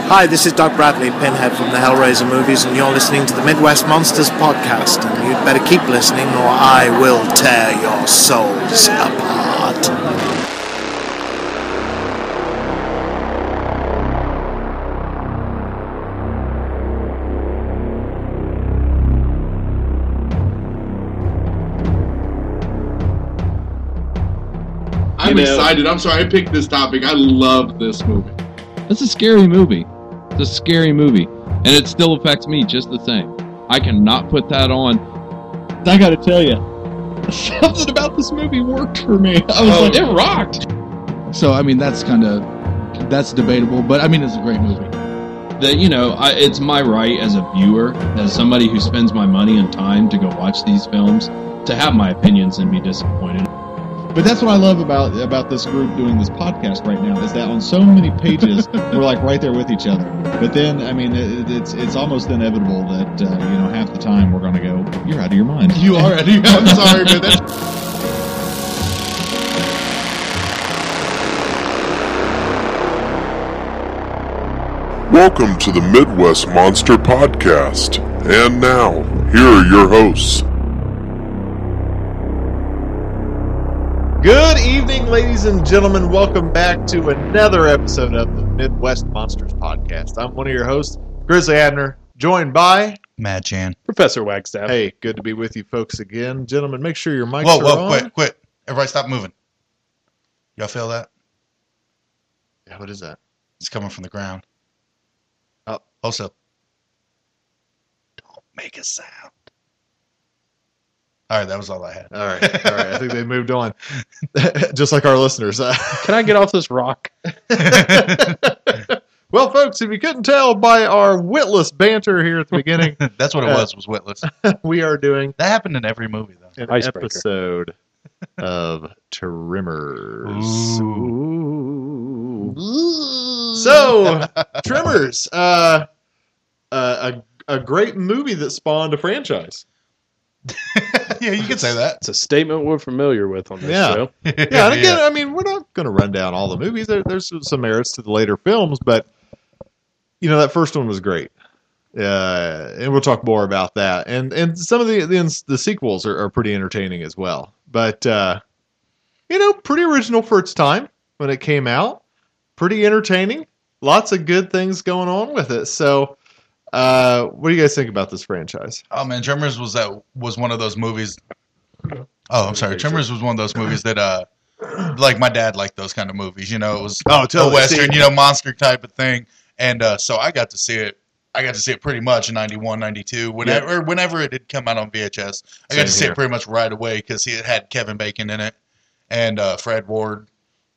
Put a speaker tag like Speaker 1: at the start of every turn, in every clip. Speaker 1: Hi, this is Doug Bradley, Pinhead from the Hellraiser movies, and you're listening to the Midwest Monsters podcast. And you'd better keep listening, or I will tear your souls apart.
Speaker 2: I'm
Speaker 3: You know-
Speaker 2: excited. I'm sorry I picked this topic. I love this movie.
Speaker 3: That's a scary movie. It's a scary movie. And it still affects me just the same. I cannot put that on. I gotta tell you, something about this movie worked for me. I was
Speaker 2: Oh.
Speaker 3: like, it rocked.
Speaker 4: So I mean that's kind of that's debatable, but I mean it's a great movie.
Speaker 3: That, you know, I, it's my right as a viewer, as somebody who spends my money and time to go watch these films, to have my opinions and be disappointed.
Speaker 4: But that's what I love about about this group doing this podcast right now is that on so many pages we're like right there with each other. But then I mean it, it's it's almost inevitable that uh, you know half the time we're gonna go you're out of your mind.
Speaker 2: You are. I'm sorry, man. That's,
Speaker 5: Welcome to the Midwest Monster Podcast. And now, here are your hosts.
Speaker 6: Good evening, ladies and gentlemen. Welcome back to another episode of the Midwest Monsters Podcast. I'm one of your hosts, Grizzly Adner, joined by
Speaker 7: Mad Chan.
Speaker 6: Professor Wagstaff. Hey, good to be with you folks again. Gentlemen, make sure your mics
Speaker 7: Whoa,
Speaker 6: are
Speaker 7: whoa,
Speaker 6: on.
Speaker 7: quit, quit. Everybody stop moving. Y'all feel that?
Speaker 6: Yeah, what is that?
Speaker 7: It's coming from the ground.
Speaker 6: Oh.
Speaker 7: Also, don't make a sound. All right, that was all I had.
Speaker 6: All right. All right. I think they moved on. Just like our listeners.
Speaker 8: Can I get off this rock?
Speaker 6: well, folks, if you couldn't tell by our witless banter here at the beginning,
Speaker 7: That's what it
Speaker 6: Uh,
Speaker 7: was, was witless.
Speaker 6: we are doing
Speaker 7: That happened in every movie, though.
Speaker 6: an
Speaker 8: Icebreaker.
Speaker 6: episode of Trimmers. Ooh. So, Trimmers, uh, uh, a, a great movie that spawned a franchise.
Speaker 7: yeah, you could say that.
Speaker 8: It's a statement we're familiar with on this
Speaker 6: Yeah.
Speaker 8: show.
Speaker 6: Yeah, and again, I mean, we're not going to run down all the movies. There, there's some merits to the later films, but you know that first one was great, uh, and we'll talk more about that. And and some of the the, the sequels are, are pretty entertaining as well. But uh, you know, pretty original for its time when it came out. Pretty entertaining. Lots of good things going on with it. So, uh, what do you guys think about this franchise?
Speaker 7: Oh man, Tremors was that was one of those movies. Oh, I'm sorry. Tremors was one of those movies that uh like my dad liked those kind of movies, you know, it was
Speaker 6: Oh,
Speaker 7: the western, you know, monster type of thing. And uh so I got to see it I got to see it pretty much in 91, 92, whenever or whenever it did come out on VHS. I got
Speaker 6: Same
Speaker 7: to see
Speaker 6: here.
Speaker 7: it pretty much right away cuz it had Kevin Bacon in it and uh Fred Ward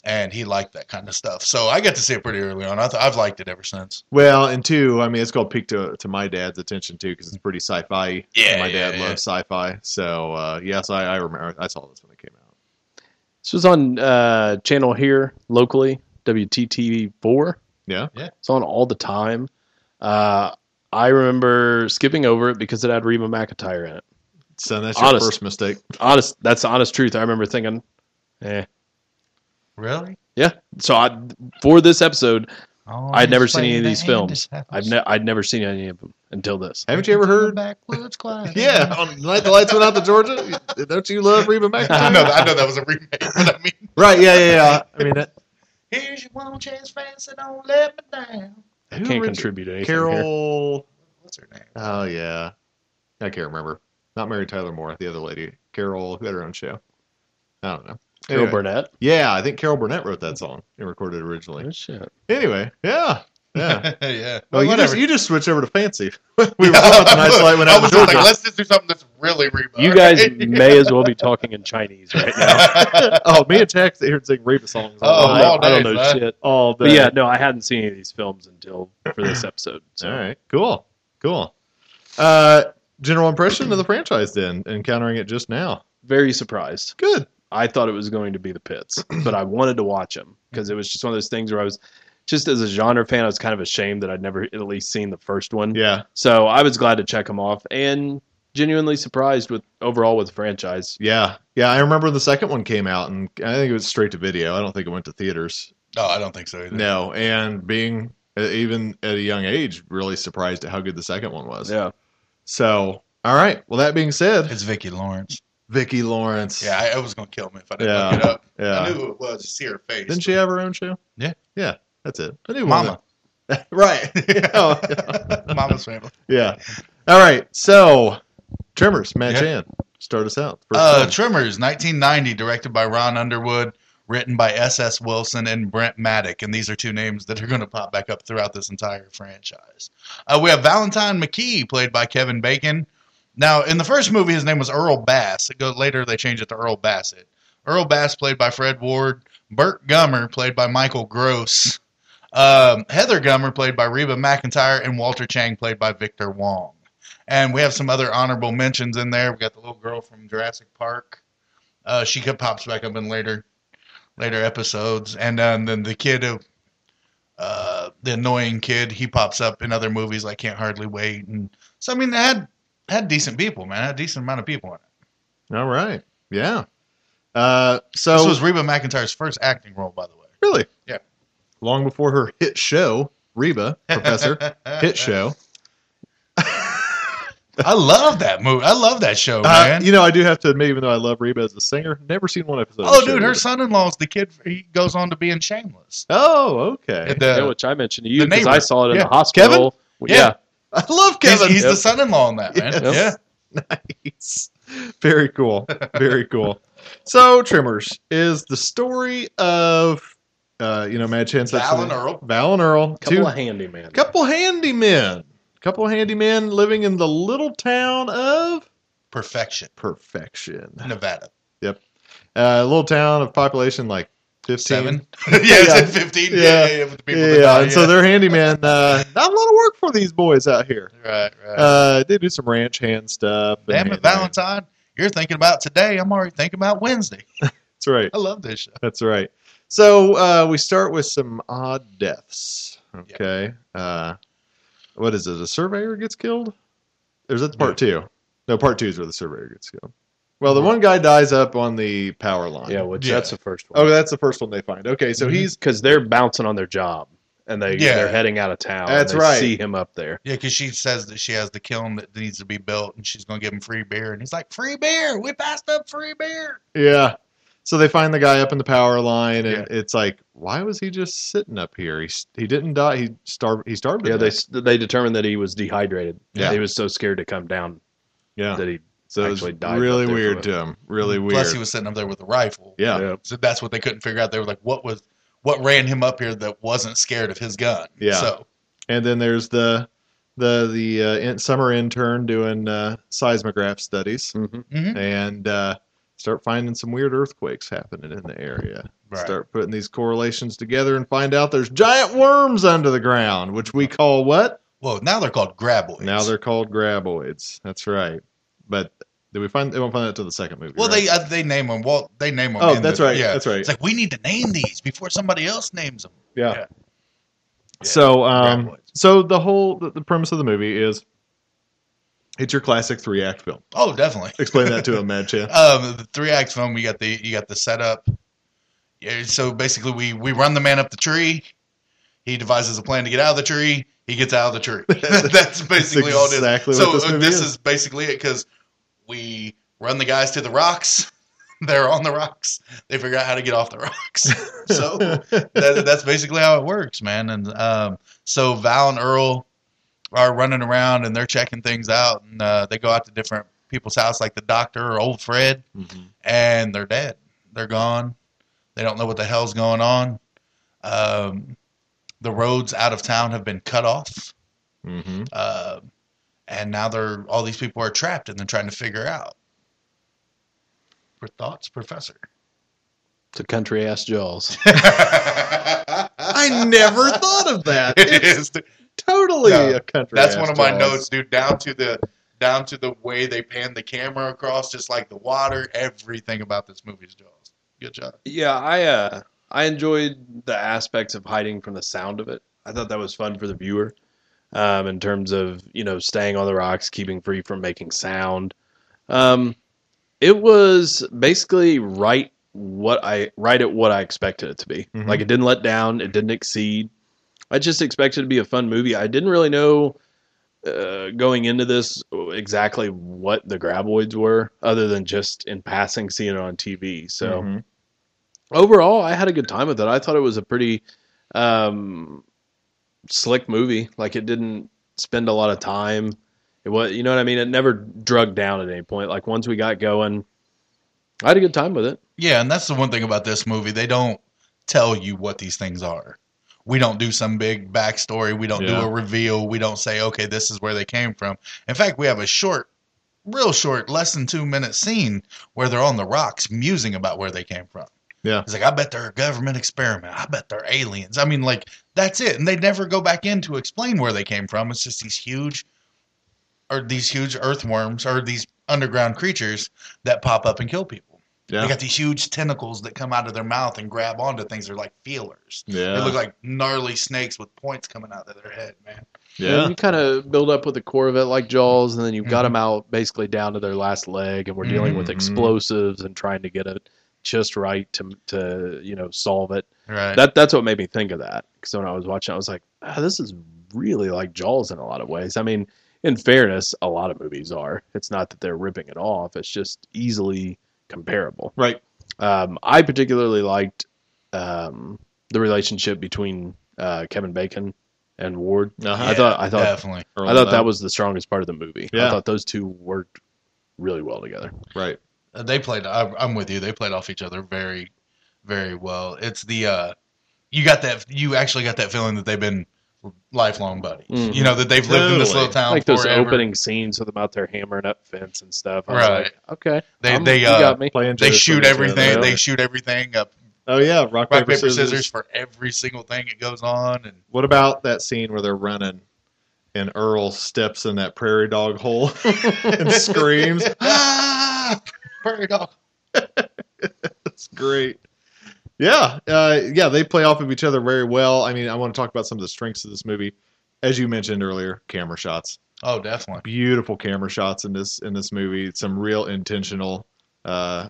Speaker 7: and he liked that kind of stuff. So I got to see it pretty early on. I th- I've liked it ever since.
Speaker 6: Well, and two, I mean, it's called peak to, to my dad's attention too because it's pretty sci-fi.
Speaker 7: Yeah,
Speaker 6: my
Speaker 7: yeah,
Speaker 6: dad
Speaker 7: yeah.
Speaker 6: loves sci-fi, so uh, yes, I, I remember I saw this when it came out.
Speaker 8: This was on uh, channel here locally, WTTV4.
Speaker 6: Yeah,
Speaker 8: It's on all the time. Uh, I remember skipping over it because it had Reba McIntyre in it.
Speaker 6: so that's your
Speaker 8: Honest.
Speaker 6: first mistake.
Speaker 8: Honest, that's the honest truth. I remember thinking, eh.
Speaker 7: Really?
Speaker 8: Yeah. So I, for this episode,
Speaker 7: Oh,
Speaker 8: I'd never seen
Speaker 7: explain
Speaker 8: any of
Speaker 7: that
Speaker 8: these
Speaker 7: and
Speaker 8: films.
Speaker 7: this happens.
Speaker 8: I've ne- I'd never seen any of them until this.
Speaker 6: Haven't you ever heard?
Speaker 7: Backwoods Club.
Speaker 6: Yeah, on Night the Lights Went Out to Georgia. Don't you love Reba
Speaker 7: I
Speaker 6: McIntyre?
Speaker 7: know, that, I know that was a remake, but I mean,
Speaker 6: Right? Yeah, yeah, yeah. I mean, that,
Speaker 7: here's your one chance, fancy, don't let me down.
Speaker 8: I
Speaker 6: who
Speaker 8: can't
Speaker 6: origi-
Speaker 8: contribute anything. Here.
Speaker 6: Carol.
Speaker 7: What's her name?
Speaker 6: Oh yeah, I can't remember. Not Mary Tyler Moore, the other lady, Carol, who had her own show. I don't know.
Speaker 8: Carol
Speaker 6: Anyway.
Speaker 8: Burnett.
Speaker 6: Yeah, I think Carol Burnett wrote that song and recorded it originally.
Speaker 8: Oh, shit.
Speaker 6: Anyway, yeah, yeah.
Speaker 7: yeah.
Speaker 6: Well, Oh, you
Speaker 7: whatever.
Speaker 6: just, you just switch over to fancy. We were talking about the nice light went
Speaker 7: I
Speaker 6: out in
Speaker 7: was just like,
Speaker 6: Georgia.
Speaker 7: let's just do something that's really rebar.
Speaker 8: You guys may as well be talking in Chinese right now.
Speaker 6: oh, me and Jack sit here and sing Reba songs all,
Speaker 7: Oh,
Speaker 8: I,
Speaker 6: night,
Speaker 7: all
Speaker 8: I don't
Speaker 7: days,
Speaker 8: know
Speaker 7: huh?
Speaker 8: shit.
Speaker 6: all day.
Speaker 8: But yeah, no, I hadn't seen any of these films until for this episode. So.
Speaker 6: All right. Cool. Cool. Uh, general impression of the franchise then, encountering it just now.
Speaker 8: Very surprised.
Speaker 6: Good.
Speaker 8: I thought it was going to be the Pits, but I wanted to watch them because it was just one of those things where I was, just as a genre fan, I was kind of ashamed that I'd never at least seen the first one.
Speaker 6: Yeah.
Speaker 8: So I was glad to check them off and genuinely surprised with overall with the franchise.
Speaker 6: Yeah. Yeah. I remember the second one came out and I think it was straight to video. I don't think it went to theaters.
Speaker 7: no, I don't think so either.
Speaker 6: No. And being e- even at a young age, really surprised at how good the second one was.
Speaker 8: Yeah.
Speaker 6: So, all right. Well, that being said,
Speaker 7: It's Vicki Lawrence.
Speaker 6: Vicky Lawrence.
Speaker 7: Yeah, I, it was gonna kill me if I didn't
Speaker 6: Yeah.
Speaker 7: look it up. I
Speaker 6: yeah.
Speaker 7: knew who it was. to see her face.
Speaker 6: Didn't she have her own show?
Speaker 7: Yeah.
Speaker 6: Yeah. That's it. I knew one
Speaker 7: Mama,
Speaker 6: of them. right. Oh. yeah.
Speaker 7: Mama's family.
Speaker 6: Yeah. All right. So, Tremors, Matt
Speaker 7: Yeah.
Speaker 6: Chan, start us out. First
Speaker 7: Uh,
Speaker 6: one.
Speaker 7: Tremors, 1990, directed by Ron Underwood, written by S.S. Wilson and Brent Maddock. And these are two names that are going to pop back up throughout this entire franchise. Uh, we have Valentine McKee, played by Kevin Bacon. Now, in the first movie, his name was Earl Bass. It goes, later, they changed it to Earl Bassett. Earl Bass, played by Fred Ward. Burt Gummer, played by Michael Gross. Um, Heather Gummer, played by Reba McIntyre. And Walter Chang, played by Victor Wong. And we have some other honorable mentions in there. We got the little girl from Jurassic Park. Uh, she co- pops back up in later, later episodes. And, um, then the kid who, uh, the annoying kid, he pops up in other movies like Can't Hardly Wait. And so I mean, they had had decent people, man. Had a decent amount of people in it.
Speaker 6: All right. Yeah. Uh, so,
Speaker 7: This was Reba McIntyre's first acting role, by the way.
Speaker 6: really,
Speaker 7: Yeah.
Speaker 6: Long before her hit show, Reba, Professor, hit show.
Speaker 7: I love that movie. I love that show,
Speaker 6: Uh,
Speaker 7: man.
Speaker 6: you know, I do have to admit, even though I love Reba as a singer, never seen one episode. of
Speaker 7: oh,
Speaker 6: the show
Speaker 7: dude, her
Speaker 6: Reba.
Speaker 7: son-in-law's the kid. He goes on to be in Shameless. uh,
Speaker 6: Oh, okay.
Speaker 7: The-
Speaker 8: yeah, which I mentioned to you
Speaker 7: the
Speaker 8: because I
Speaker 7: neighbor.
Speaker 8: saw it in
Speaker 6: Yeah.
Speaker 8: the hospital.
Speaker 7: Yeah.
Speaker 8: Yeah.
Speaker 6: I love
Speaker 7: he's
Speaker 6: Kevin.
Speaker 7: he's the
Speaker 8: Yep.
Speaker 7: son-in-law in that, man.
Speaker 8: Yes.
Speaker 7: Yeah.
Speaker 6: Nice. Very cool. Very cool. So, Trimmers is the story of, uh, you know, Mad Chance.
Speaker 7: Val and Earl.
Speaker 6: Val and Earl.
Speaker 8: Couple
Speaker 6: two-
Speaker 8: of handyman.
Speaker 6: couple handymen. Couple handymen living in the little town of
Speaker 7: Perfection,
Speaker 6: Perfection.
Speaker 7: Nevada.
Speaker 6: Uh, little town of population like 15.
Speaker 7: Seven. yeah, it's
Speaker 6: Yeah.
Speaker 7: in fifteen. Yeah,
Speaker 6: Yeah.
Speaker 7: yeah, yeah, with the people
Speaker 6: Yeah,
Speaker 7: that die,
Speaker 6: and so they're handyman. Uh, not a lot of work for these boys out here.
Speaker 7: right, right.
Speaker 6: Uh, they do some ranch hand stuff. and
Speaker 7: Damn it,
Speaker 6: hand-
Speaker 7: Valentine. You're thinking about today. I'm already thinking about Wednesday.
Speaker 6: That's right.
Speaker 7: I love this show.
Speaker 6: That's right. So uh, we start with some odd deaths. Okay. Uh, what is it? A surveyor gets killed? Or is that part two? No, part two is where the surveyor gets killed. Well, the one guy dies up on the power line.
Speaker 8: Yeah, which
Speaker 7: Yeah.
Speaker 8: that's the first one.
Speaker 6: Oh, that's the first one they find. Okay, so he's
Speaker 8: because they're bouncing on their job and they
Speaker 7: Yeah.
Speaker 8: they're heading out of town. and
Speaker 6: That's
Speaker 8: they
Speaker 6: right.
Speaker 8: See him up there.
Speaker 7: Yeah, because she says that she has the kiln that needs to be built, and she's gonna give him free beer, and he's like, "Free beer! We passed up free beer."
Speaker 6: yeah. So they find the guy up in the power line, and it's like, why was he just sitting up here? He s- he didn't die. He starved. He starved. to
Speaker 8: Yeah, they
Speaker 6: death.
Speaker 8: they determined that he was dehydrated.
Speaker 6: Yeah.
Speaker 8: he was so scared to come down
Speaker 6: yeah.
Speaker 8: that he
Speaker 6: So it was
Speaker 8: actually died.
Speaker 6: really
Speaker 8: up there
Speaker 6: weird
Speaker 8: from
Speaker 6: to him. Really
Speaker 8: Mm-hmm.
Speaker 6: weird.
Speaker 7: Plus, he was sitting up there with a rifle.
Speaker 6: yeah.
Speaker 8: it.
Speaker 7: So that's what they couldn't figure out. They were like, "What was what ran him up here that wasn't scared of his gun?"
Speaker 6: Yeah.
Speaker 7: So
Speaker 6: And then there's the the the uh, in, summer intern doing uh, seismograph studies
Speaker 8: Yeah. Mhm.
Speaker 7: mhm.
Speaker 6: and uh, start finding some weird earthquakes happening in the area.
Speaker 7: Right.
Speaker 6: Start putting these correlations together and find out there's giant worms under the ground, which we call what?
Speaker 7: Well, now they're called graboids.
Speaker 6: Now they're called graboids. That's right. But did we find? They won't find that till the second movie.
Speaker 7: well,
Speaker 6: right?
Speaker 7: they uh, they name them. Well, they name them.
Speaker 6: Oh, that's right.
Speaker 7: Yeah,
Speaker 6: That's right.
Speaker 7: It's like we need to name these before somebody else names them.
Speaker 6: Yeah.
Speaker 7: Yeah.
Speaker 6: So, um,
Speaker 7: Graboids.
Speaker 6: so the whole the, the premise of the movie is it's your classic three act film.
Speaker 7: Oh, definitely.
Speaker 6: Explain that to a Mad Chan.
Speaker 7: um, the three act film. You got the you got the setup. Yeah, so basically, we we run the man up the tree. He devises a plan to get out of the tree. He gets out of the tree. That's basically all it is.
Speaker 6: exactly
Speaker 7: so
Speaker 6: what this
Speaker 7: uh,
Speaker 6: movie is.
Speaker 7: is basically it because we run the guys to the rocks. They're on the rocks. They figure out how to get off the rocks. so that, that's basically how it works, man. And um, so Val and Earl are running around and they're checking things out, and uh, they go out to different people's house, like the doctor or old Fred, and they're dead. They're gone. They don't know what the hell's going on. Um, the roads out of town have been cut off,
Speaker 6: Mm-hmm.
Speaker 7: uh, and now they're all these people are trapped, and they're trying to figure out. For thoughts, Professor.
Speaker 8: To country ass Jaws.
Speaker 6: I never thought of that.
Speaker 7: It
Speaker 6: It's
Speaker 7: is.
Speaker 6: totally
Speaker 7: No,
Speaker 6: a country.
Speaker 7: That's
Speaker 6: ass
Speaker 7: one of my
Speaker 6: jazz.
Speaker 7: notes, dude. Down to the down to the way they pan the camera across, just like the water. Everything about this movie is Jaws. Good job.
Speaker 8: yeah, I uh I enjoyed the aspects of hiding from the sound of it. I thought that was fun for the viewer. Um, in terms of you know staying on the rocks, keeping free from making sound. Um, it was basically right what I right at what I expected it to be.
Speaker 6: Mhm.
Speaker 8: Like it didn't let down, it didn't exceed. I just expected it to be a fun movie. I didn't really know uh, going into this exactly what the graboids were, other than just in passing seeing it on TV. So
Speaker 3: Mm-hmm.
Speaker 6: Mhm.
Speaker 8: overall, I had a good time with it. I thought it was a pretty um, slick movie. Like it didn't spend a lot of time. It was, you know what I mean. It never drug down at any point. Like once we got going, I had a good time with it.
Speaker 7: Yeah, and that's the one thing about this movie. They don't tell you what these things are. We don't do some big backstory. We don't
Speaker 6: Yeah.
Speaker 7: do a reveal. We don't say, okay, this is where they came from. In fact, we have a short, real short, less than two minute scene where they're on the rocks musing about where they came from.
Speaker 6: Yeah.
Speaker 7: It's like, I bet they're a government experiment. I bet they're aliens. I mean, like, that's it. And they never go back in to explain where they came from. It's just these huge, or these huge earthworms or these underground creatures that pop up and kill people. They
Speaker 6: Yeah.
Speaker 7: got these huge tentacles that come out of their mouth and grab onto things. They're like feelers. They
Speaker 6: Yeah.
Speaker 7: look like gnarly snakes with points coming out of their head, man.
Speaker 8: You, know,
Speaker 6: Yeah.
Speaker 8: you kind of build up with the core of it like Jaws, and then you've got
Speaker 7: Mhm.
Speaker 8: 'em got them out basically down to their last leg, and we're dealing with
Speaker 6: Mhm.
Speaker 8: explosives and trying to get it just right to to you know solve it.
Speaker 7: Right.
Speaker 8: That that's what made me think of that. Because when I was watching, I was like, ah, this is really like Jaws in a lot of ways. I mean, in fairness, a lot of movies are. It's not that they're ripping it off. It's just easily comparable.
Speaker 6: Right.
Speaker 8: Um, I particularly liked um, the relationship between uh, Kevin Bacon and Ward.
Speaker 6: Uh-huh.
Speaker 8: I thought I thought
Speaker 7: definitely.
Speaker 8: I thought that was the strongest part of the movie. I
Speaker 6: Yeah.
Speaker 8: thought those two worked really well together.
Speaker 6: right.
Speaker 7: Uh, They played. I, I'm with you. They played off each other very, very well. It's the uh, you got that. You actually got that feeling that they've been lifelong buddies.
Speaker 8: Mhm.
Speaker 7: You know that they've lived in this
Speaker 6: Totally.
Speaker 7: little town
Speaker 8: like those
Speaker 7: forever.
Speaker 8: opening scenes with them out there hammering up fence and stuff. I was
Speaker 7: Right.
Speaker 8: like, okay.
Speaker 7: They-
Speaker 8: I'm-
Speaker 7: they,
Speaker 8: you
Speaker 7: uh,
Speaker 8: got me.
Speaker 6: Playing
Speaker 7: They
Speaker 6: Jason
Speaker 7: shoot
Speaker 6: Isaac.
Speaker 7: everything. They
Speaker 8: Yeah.
Speaker 7: shoot everything. Up
Speaker 6: Oh yeah, rock,
Speaker 7: rock, paper, scissors for every single thing that goes on. And
Speaker 6: What about that scene where they're running and Earl steps in that prairie dog hole and screams?
Speaker 7: ah, buried off.
Speaker 6: It's great. Yeah, uh, yeah, they play off of each other very well. I mean, I want to talk about some of the strengths of this movie. As you mentioned earlier, camera shots,
Speaker 7: Oh, definitely.
Speaker 6: beautiful camera shots in this in this movie. Some real intentional uh,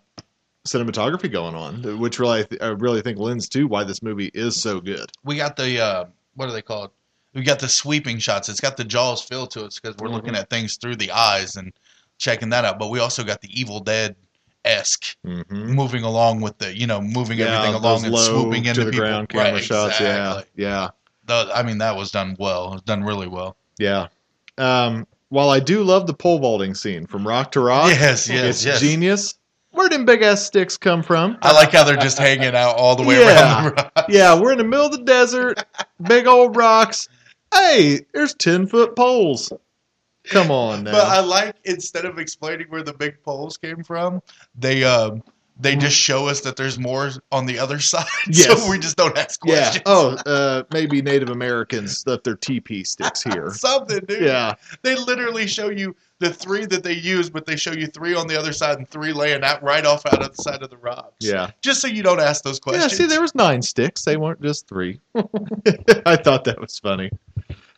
Speaker 6: cinematography going on, which really I, th- I really think lends to why this movie is so good.
Speaker 7: we got the uh, what are they called? We got the sweeping shots. It's got the Jaws feel to it because we're
Speaker 6: Mm-hmm.
Speaker 7: looking at things through the eyes and checking that out. But we also got the Evil Dead esque
Speaker 6: Mm-hmm.
Speaker 7: moving along with the you know moving everything
Speaker 6: those
Speaker 7: along and
Speaker 6: low
Speaker 7: swooping
Speaker 6: to
Speaker 7: into
Speaker 6: the
Speaker 7: people.
Speaker 6: ground camera
Speaker 7: Right,
Speaker 6: shots.
Speaker 7: exactly.
Speaker 6: Yeah, yeah.
Speaker 7: The- I mean that was done well. It was done really well.
Speaker 6: Yeah. Um, while I do love the pole vaulting scene from rock to rock,
Speaker 7: yes, yes,
Speaker 6: it's
Speaker 7: yes.
Speaker 6: genius. Where did big ass sticks come from?
Speaker 7: I like how they're just hanging out all the way
Speaker 6: Yeah.
Speaker 7: around. The rock.
Speaker 6: yeah, we're in the middle of the desert, big old rocks. Hey, there's ten foot poles. Come on now.
Speaker 7: But I like instead of explaining where the big poles came from, they um they
Speaker 6: Mm-hmm.
Speaker 7: just show us that there's more on the other side,
Speaker 6: Yes.
Speaker 7: so we just don't ask
Speaker 6: yeah.
Speaker 7: questions.
Speaker 6: Oh, uh, maybe Native Americans left their TP sticks here.
Speaker 7: something, dude.
Speaker 6: Yeah.
Speaker 7: They literally show you the three that they use, but they show you three on the other side and three laying out right off out of the side of the rocks.
Speaker 6: Yeah.
Speaker 7: Just so you don't ask those questions.
Speaker 6: Yeah, see, there was nine sticks. They weren't just three. I thought that was funny.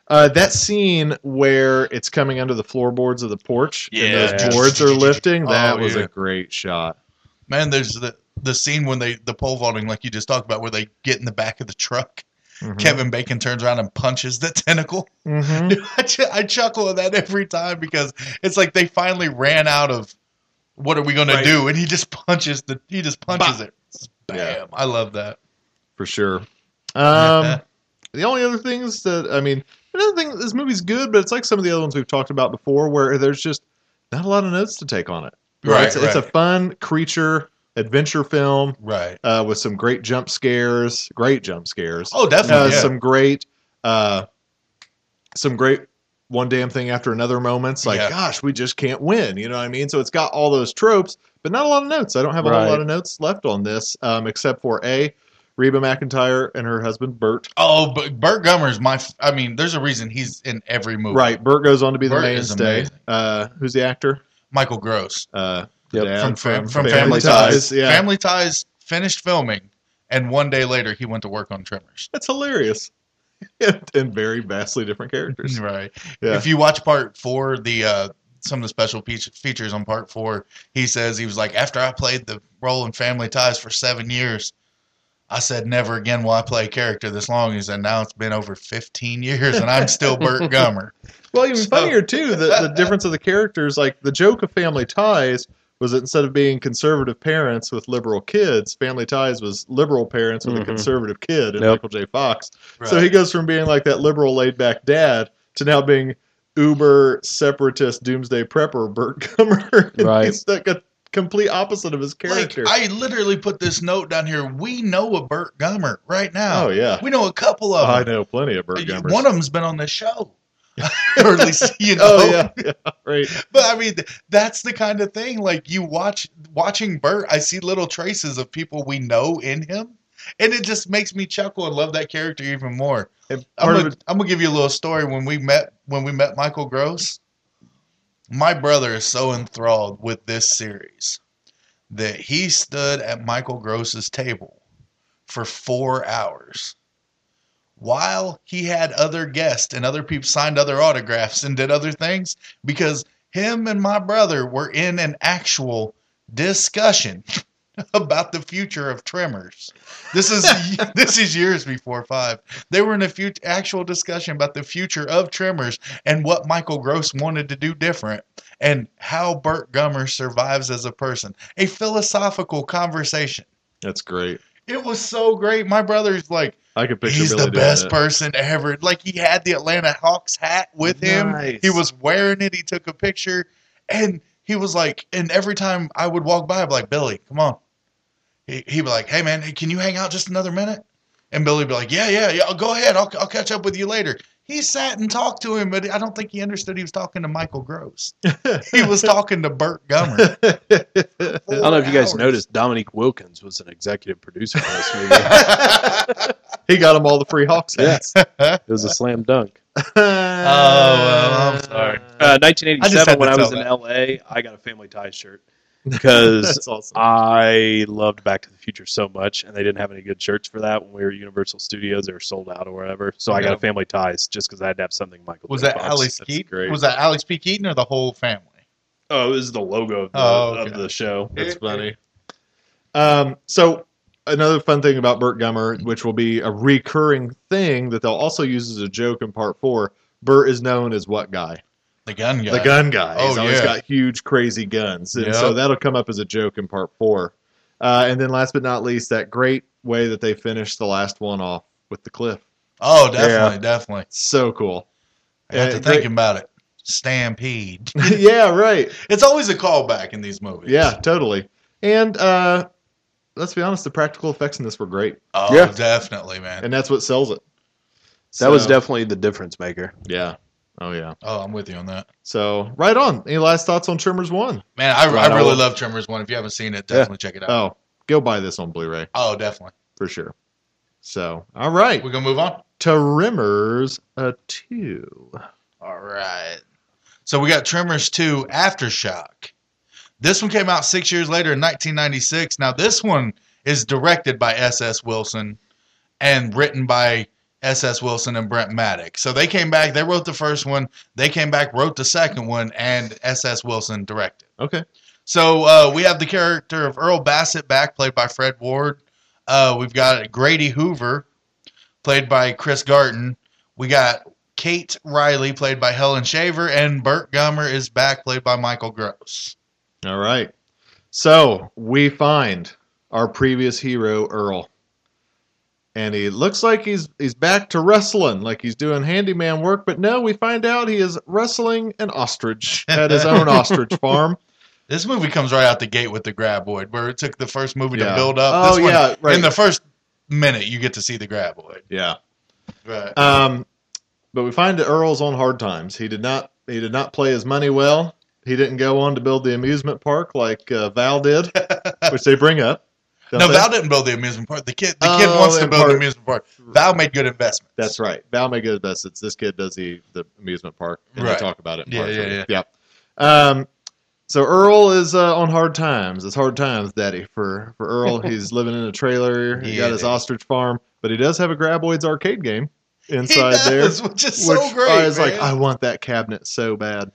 Speaker 6: Uh, that scene where it's coming under the floorboards of the porch and
Speaker 7: Yeah.
Speaker 6: those boards are lifting,
Speaker 7: Oh,
Speaker 6: that was
Speaker 7: yeah.
Speaker 6: a great shot.
Speaker 7: Man, there's the the scene when they the pole vaulting, like you just talked about, where they get in the back of the truck.
Speaker 6: Mhm.
Speaker 7: Kevin Bacon turns around and punches the tentacle.
Speaker 6: Mhm.
Speaker 7: Dude, I, ch- I chuckle at that every time because it's like they finally ran out of what are we going to do, and he just punches the he just punches it. Bam!
Speaker 6: Yeah.
Speaker 7: I love that.
Speaker 6: For sure. Um, the only other things that, I mean, another thing, this movie's good, but it's like some of the other ones we've talked about before where there's just not a lot of notes to take on it.
Speaker 7: Right,
Speaker 6: It's, it's a
Speaker 7: right.
Speaker 6: fun creature adventure film
Speaker 7: Right.
Speaker 6: uh, with some great jump scares, great jump scares.
Speaker 7: Oh,
Speaker 6: uh,
Speaker 7: definitely. yeah.
Speaker 6: some great uh some great one damn thing after another moments like
Speaker 7: Yeah.
Speaker 6: gosh we just can't win you know what i mean so it's got all those tropes but not a lot of notes i don't have a
Speaker 8: Right.
Speaker 6: whole lot of notes left on this um except for a reba mcintyre and her husband bert
Speaker 7: Oh, but Burt Gummer's my. f- I mean, there's a reason he's in every movie.
Speaker 6: right bert goes on to be the
Speaker 7: Bert is
Speaker 6: mainstay
Speaker 7: amazing.
Speaker 6: uh who's the actor
Speaker 7: Michael Gross
Speaker 6: uh
Speaker 8: Yep.
Speaker 6: dad
Speaker 7: from, fam- from Family, Ties.
Speaker 6: yeah
Speaker 7: Family Ties finished filming, and one day later he went to work on Tremors.
Speaker 6: that's hilarious and very vastly different characters
Speaker 7: Right.
Speaker 6: Yeah.
Speaker 7: If you watch part four, the uh, some of the special pe- features on part four, he says he was like, after I played the role in Family Ties for seven years, I said, never again will I play a character this long. He said, now it's been over 15 years and I'm still Burt Gummer.
Speaker 6: Well, even
Speaker 7: So-
Speaker 6: funnier too. The, the difference of the characters, like the joke of Family Ties, was that instead of being conservative parents with liberal kids, Family Ties was liberal parents with
Speaker 8: Mhm.
Speaker 6: a conservative kid, and
Speaker 8: Yep.
Speaker 6: Michael J. Fox. So
Speaker 7: Mm-hmm. Right.
Speaker 6: he goes from being like that liberal, laid back dad to now being uber separatist doomsday prepper Bert Gummer. And
Speaker 8: Right.
Speaker 6: He's like a complete opposite of his
Speaker 7: like,
Speaker 6: character.
Speaker 7: I literally put this note down here. We know a Burt Gummer right now.
Speaker 6: oh yeah, Oh,
Speaker 7: We know a couple of
Speaker 6: I
Speaker 7: them.
Speaker 6: know plenty of Bert Gummers.
Speaker 7: One of them's been on this show. or at least you know.
Speaker 6: Oh yeah, yeah, right.
Speaker 7: But I mean, th- that's the kind of thing. Like you watch watching Bert, I see little traces of people we know in him, and it just makes me chuckle and love that character even more.
Speaker 6: And
Speaker 7: I'm
Speaker 6: part of
Speaker 7: gonna, I'm gonna give you a little story. When we met, when we met Michael Gross, my brother is so enthralled with this series that he stood at Michael Gross's table for four hours while he had other guests and other people signed other autographs and did other things because him and my brother were in an actual discussion about the future of Tremors. This is this is years before five. They were in a few actual discussion about the future of Tremors and what Michael Gross wanted to do different and how Burt Gummer survives as a person. A philosophical conversation.
Speaker 6: That's great.
Speaker 7: It was so great. My brother's like,
Speaker 6: I could picture
Speaker 7: he's
Speaker 6: Billy
Speaker 7: the
Speaker 6: doing
Speaker 7: best
Speaker 6: that.
Speaker 7: person ever. Like he had the Atlanta Hawks hat with him.
Speaker 6: Nice.
Speaker 7: He was wearing it. He took a picture, and he was like, and every time I would walk by, I'd be like, Billy, come on. He, he'd be like, Hey man, hey, can you hang out just another minute? And Billy'd be like, Yeah, yeah, yeah. I'll Go ahead. I'll, I'll catch up with you later. He sat and talked to him, but I don't think he understood he was talking to Michael Gross. he was talking to Burt Gummer.
Speaker 6: I
Speaker 8: I don't know if you guys
Speaker 7: Four hours.
Speaker 8: noticed, Dominique Wilkins was an executive producer on this movie. it
Speaker 6: he got them all the free Hawks hats.
Speaker 7: Oh,
Speaker 8: was a slam dunk.
Speaker 7: well, I'm sorry.
Speaker 8: Uh,
Speaker 7: I just
Speaker 8: 1987,
Speaker 7: had
Speaker 8: when
Speaker 7: to
Speaker 8: I was
Speaker 7: tell
Speaker 8: in LA, I got a Family Ties shirt because
Speaker 6: That's awesome.
Speaker 8: I loved Back to the Future so much, and they didn't have any good shirts for that when we were at Universal Studios. They were sold out or whatever. So I got
Speaker 7: Yeah.
Speaker 8: a Family Ties just because I had to have something Michael.
Speaker 7: Was
Speaker 8: J.
Speaker 7: that
Speaker 8: Fox.
Speaker 7: Alex
Speaker 8: That's
Speaker 7: Keaton?
Speaker 8: great.
Speaker 7: Was that Alex P. Keaton or the whole family?
Speaker 8: Oh, it was the logo of the,
Speaker 7: Oh, okay.
Speaker 8: of the show.
Speaker 6: That's funny. Um, so another fun thing about Burt Gummer, which will be a recurring thing that they'll also use as a joke in part four. Burt is known as what guy?
Speaker 7: The gun guy.
Speaker 6: The gun guy. He's
Speaker 7: Oh,
Speaker 6: always
Speaker 7: yeah.
Speaker 6: got huge, crazy guns, and
Speaker 7: Yep.
Speaker 6: so that'll come up as a joke in part four. Uh, and then last but not least, that great way that they finished the last one off with the cliff.
Speaker 7: Oh, definitely, definitely.
Speaker 6: So cool.
Speaker 7: I got
Speaker 6: Yeah,
Speaker 7: to
Speaker 6: great.
Speaker 7: thinking about it. Stampede.
Speaker 6: yeah, right.
Speaker 7: It's always a callback in these movies.
Speaker 6: Yeah, totally. And uh, let's be honest, the practical effects in this were great,
Speaker 7: Oh,
Speaker 8: Yeah.
Speaker 7: definitely, man.
Speaker 6: and that's what sells it.
Speaker 8: That was
Speaker 6: So-
Speaker 8: definitely the difference maker.
Speaker 6: yeah. Oh yeah.
Speaker 7: Oh, I'm with you on that.
Speaker 6: So right on. Any last thoughts on Trimmers One?
Speaker 7: Man, I,
Speaker 8: Right
Speaker 7: I really
Speaker 8: on.
Speaker 7: love Tremors 1. If you haven't seen it,
Speaker 8: Yeah.
Speaker 7: definitely check it out.
Speaker 6: Oh, go buy this on Blu-ray
Speaker 7: Oh, definitely.
Speaker 6: for sure. So all right,
Speaker 7: We're going to move on?
Speaker 6: Trimmers a two.
Speaker 7: All right. So we got Tremors 2 Aftershock. This one came out six years later in 1996. Now, this one is directed by S.S. Wilson and written by S.S. Wilson and Brent Maddock. So they came back, they wrote the first one, they came back, wrote the second one, and S.S. Wilson directed.
Speaker 6: Okay.
Speaker 7: So uh, we have the character of Earl Bassett back, played by Fred Ward. Uh, we've got Grady Hoover, played by Chris Garton. We got Kate Riley, played by Helen Shaver, and Burt Gummer is back, played by Michael Gross.
Speaker 6: All right. So we find our previous hero Earl, and he looks like he's he's back to wrestling, like he's doing handyman work. But no, we find out he is wrestling an ostrich at his own ostrich farm.
Speaker 7: This movie comes right out the gate with the graboid, where it took the first movie to
Speaker 6: Yeah.
Speaker 7: build up.
Speaker 6: Oh
Speaker 7: this one,
Speaker 6: yeah, right.
Speaker 7: in the first minute, you get to see the graboid.
Speaker 6: yeah.
Speaker 7: Right.
Speaker 6: Um, but we find that Earl's on hard times. He did not he did not play his money well. He didn't go on to build the amusement park like uh, Val did, which they bring up. don't
Speaker 7: No,
Speaker 6: they?
Speaker 7: Val didn't build the amusement park. The kid, the kid
Speaker 6: Oh,
Speaker 7: wants to
Speaker 6: in
Speaker 7: build the
Speaker 6: part-
Speaker 7: amusement park. Val made good investments.
Speaker 6: That's right. Val may go to best. It's this kid does the, the amusement park, and
Speaker 7: Right.
Speaker 6: they talk about it. in
Speaker 7: Yeah,
Speaker 6: part
Speaker 7: yeah,
Speaker 6: three. Yep. Um, so Earl is uh, on hard times. It's hard times, Daddy, for for Earl. He's living in a trailer. He
Speaker 7: Yeah,
Speaker 6: got his
Speaker 7: dude.
Speaker 6: ostrich farm, but he does have a Graboids arcade game inside
Speaker 7: he
Speaker 6: there,
Speaker 7: does, which is so great.
Speaker 6: I was
Speaker 7: man.
Speaker 6: like, I want that cabinet so bad.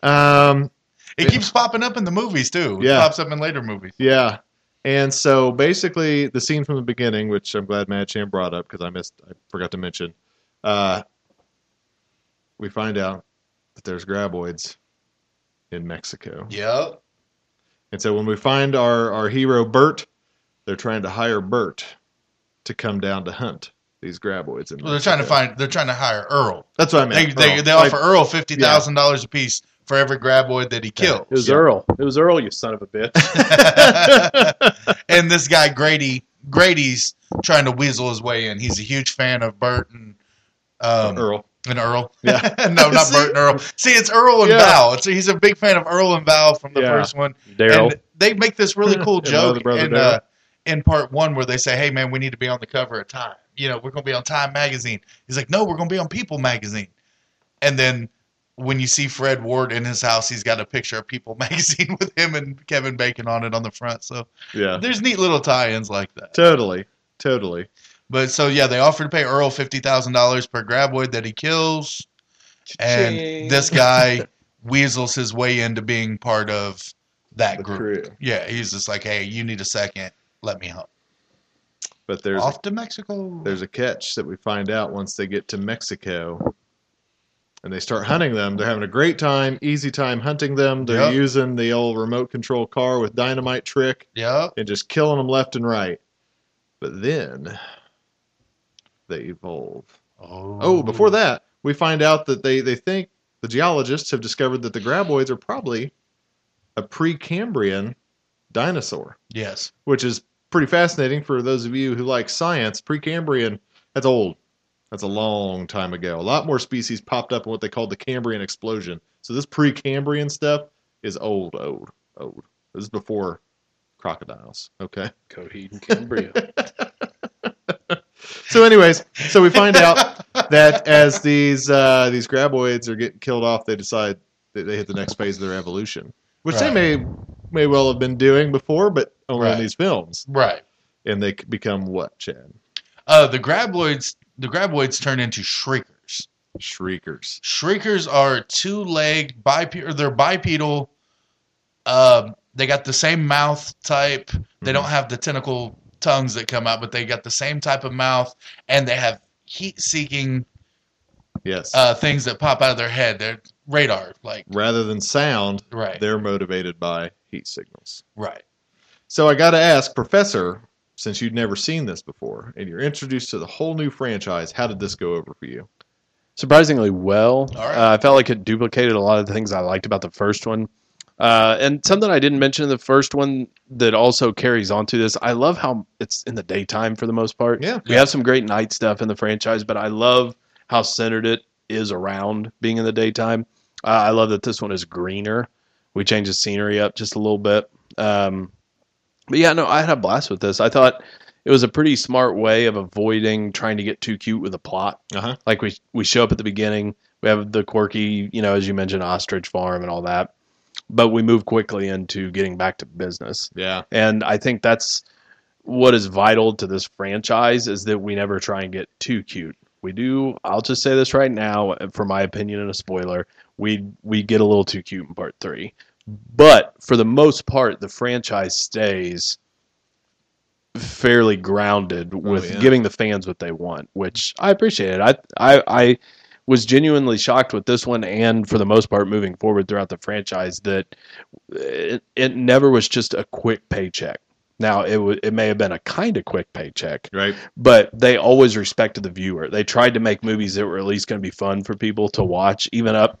Speaker 6: Um,
Speaker 7: it keeps popping up in the movies too. It
Speaker 6: Yeah.
Speaker 7: pops up in later movies.
Speaker 6: yeah. And so basically, the scene from the beginning, which I'm glad Mad Chan brought up because I missed, I forgot to mention, uh, we find out that there's graboids in Mexico.
Speaker 7: Yep.
Speaker 6: And so when we find our, our hero Bert, they're trying to hire Bert to come down to hunt these graboids. In
Speaker 7: Well, they're trying to
Speaker 6: Mexico.
Speaker 7: find. They're trying to hire Earl.
Speaker 6: That's what I
Speaker 7: They
Speaker 6: meant.
Speaker 7: they,
Speaker 6: Earl.
Speaker 7: they
Speaker 6: Like,
Speaker 7: offer Earl fifty thousand dollars a piece for every graboid that he killed.
Speaker 8: It was Earl. It was Earl, you son of a bitch.
Speaker 7: and this guy Grady Grady's trying to weasel his way in. He's a huge fan of Bert and um,
Speaker 6: Earl.
Speaker 7: and Earl.
Speaker 6: Yeah.
Speaker 7: no, not
Speaker 6: See?
Speaker 7: Bert and Earl. See, it's Earl and
Speaker 6: Yeah.
Speaker 7: Val. It's, he's a big fan of Earl and Val from the
Speaker 8: Yeah.
Speaker 7: first one.
Speaker 8: Daryl.
Speaker 7: And they make this really cool
Speaker 6: Yeah, my other
Speaker 7: joke
Speaker 6: brother
Speaker 7: in, uh, in part one where they say, "Hey, man, we need to be on the cover of Time. You know, we're going to be on Time magazine." He's like, "No, we're going to be on People magazine." And then when you see Fred Ward in his house, he's got a picture of People magazine with him and Kevin Bacon on it on the front. So
Speaker 6: Yeah.
Speaker 7: there's neat little tie-ins like that.
Speaker 6: Totally. Totally.
Speaker 7: But so yeah, they offer to pay Earl fifty thousand dollars per graboid that he kills,
Speaker 8: Cha-ching.
Speaker 7: and this guy weasels his way into being part of that
Speaker 6: The
Speaker 7: group.
Speaker 6: crew.
Speaker 7: Yeah, he's just like, hey, you need a second, let me help.
Speaker 6: But there's a
Speaker 7: Off to Mexico.
Speaker 6: there's a catch that we find out once they get to Mexico and they start hunting them. They're having a great time, easy time hunting them. They're
Speaker 7: Yep.
Speaker 6: using the old remote control car with dynamite trick
Speaker 7: Yep.
Speaker 6: and just killing them left and right. But then they evolve.
Speaker 7: Oh,
Speaker 6: Oh, before that, we find out that they, they think the geologists have discovered that the graboids are probably a Precambrian dinosaur
Speaker 7: Yes.
Speaker 6: which is pretty fascinating for those of you who like science. Precambrian, that's old. That's a long time ago. A lot more species popped up in what they called the Cambrian explosion. So this Precambrian stuff is old, old, old. This is before crocodiles. Okay.
Speaker 8: Coheed and Cambria.
Speaker 6: So, anyways, so we find out that as these uh, these graboids are getting killed off, they decide that they hit the next phase of their evolution, which
Speaker 7: Right.
Speaker 6: they may may well have been doing before, but only in
Speaker 7: Right.
Speaker 6: these films.
Speaker 7: Right.
Speaker 6: And they become what, Chad?
Speaker 7: Uh, the graboids. The graboids turn into shriekers.
Speaker 6: Shriekers.
Speaker 7: Shriekers are two-legged bip or they're bipedal. Um, they got the same mouth type. They
Speaker 6: Mm-hmm.
Speaker 7: don't have the tentacle tongues that come out, but they got the same type of mouth, and they have heat-seeking
Speaker 6: Yes.
Speaker 7: uh, things that pop out of their head. They're radar, like
Speaker 6: Rather than sound,
Speaker 7: right,
Speaker 6: they're motivated by heat signals.
Speaker 7: right.
Speaker 6: So I got to ask, Professor, since you'd never seen this before and you're introduced to the whole new franchise, how did this go over for you?
Speaker 8: surprisingly well.
Speaker 7: All right.
Speaker 8: Uh, I felt like it duplicated a lot of the things I liked about the first one. Uh, and something I didn't mention in the first one that also carries on to this, I love how it's in the daytime for the most part.
Speaker 6: Yeah.
Speaker 8: We have some great night stuff in the franchise, but I love how centered it is around being in the daytime. Uh, I love that this one is greener. We change the scenery up just a little bit. Um, but yeah, no, I had a blast with this. I thought it was a pretty smart way of avoiding trying to get too cute with a plot.
Speaker 6: Uh-huh.
Speaker 8: Like we we show up at the beginning, we have the quirky, you know, as you mentioned, ostrich farm and all that, but we move quickly into getting back to business.
Speaker 6: Yeah.
Speaker 8: And I think that's what is vital to this franchise is that we never try and get too cute. We do. I'll just say this right now, for my opinion and a spoiler, we we get a little too cute in part three. But for the most part, the franchise stays fairly grounded with
Speaker 6: yeah.
Speaker 8: giving the fans what they want, which I appreciated. I I I was genuinely shocked with this one, and for the most part, moving forward throughout the franchise, that it, it never was just a quick paycheck. Now it w- it may have been a kind of quick paycheck,
Speaker 6: Right.
Speaker 8: but they always respected the viewer. They tried to make movies that were at least going to be fun for people to watch, even up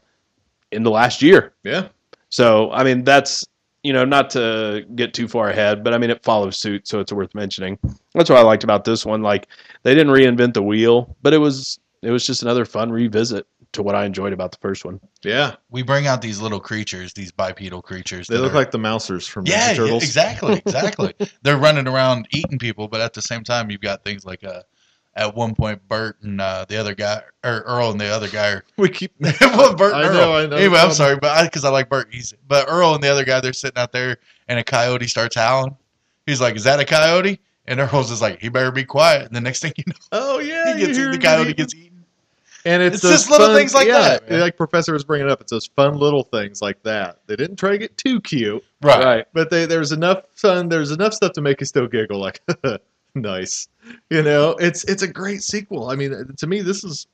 Speaker 8: in the last year.
Speaker 6: Yeah.
Speaker 8: So I mean, that's you know not to get too far ahead, but I mean it follows suit, so it's worth mentioning. That's what I liked about this one. Like they didn't reinvent the wheel, but it was it was just another fun revisit to what I enjoyed about the first one.
Speaker 6: Yeah.
Speaker 7: We bring out these little creatures, these bipedal creatures.
Speaker 6: They
Speaker 7: that
Speaker 6: look
Speaker 7: are-
Speaker 6: like the Mousers from the
Speaker 7: yeah,
Speaker 6: Ninja
Speaker 7: yeah,
Speaker 6: Turtles.
Speaker 7: exactly, exactly. They're running around eating people, but at the same time, you've got things like uh, at one point Bert and uh, the other guy, or Earl and the other guy are
Speaker 6: We keep
Speaker 7: well, Bert
Speaker 6: I
Speaker 7: and
Speaker 6: know,
Speaker 7: Earl.
Speaker 6: I know.
Speaker 7: Anyway, I'm sorry, but because I, like Bert, he's but Earl and the other guy, they're sitting out there, and a coyote starts howling. He's like, "Is that a coyote?" And Earl's just like, "He better be quiet." And the next thing you know,
Speaker 6: Oh yeah.
Speaker 7: he gets
Speaker 6: you hear
Speaker 7: the
Speaker 6: him
Speaker 7: coyote
Speaker 6: eating.
Speaker 7: gets eaten.
Speaker 6: And it's,
Speaker 7: It's
Speaker 6: those
Speaker 7: just little
Speaker 6: fun-
Speaker 7: things like
Speaker 6: yeah,
Speaker 7: that, man.
Speaker 6: Like Professor was bringing up, it's those fun little things like that. They didn't try to get too cute,
Speaker 7: Right.
Speaker 6: but they there's enough fun. There's enough stuff to make you still giggle. Like, nice, you know. It's it's a great sequel. I mean, to me, this is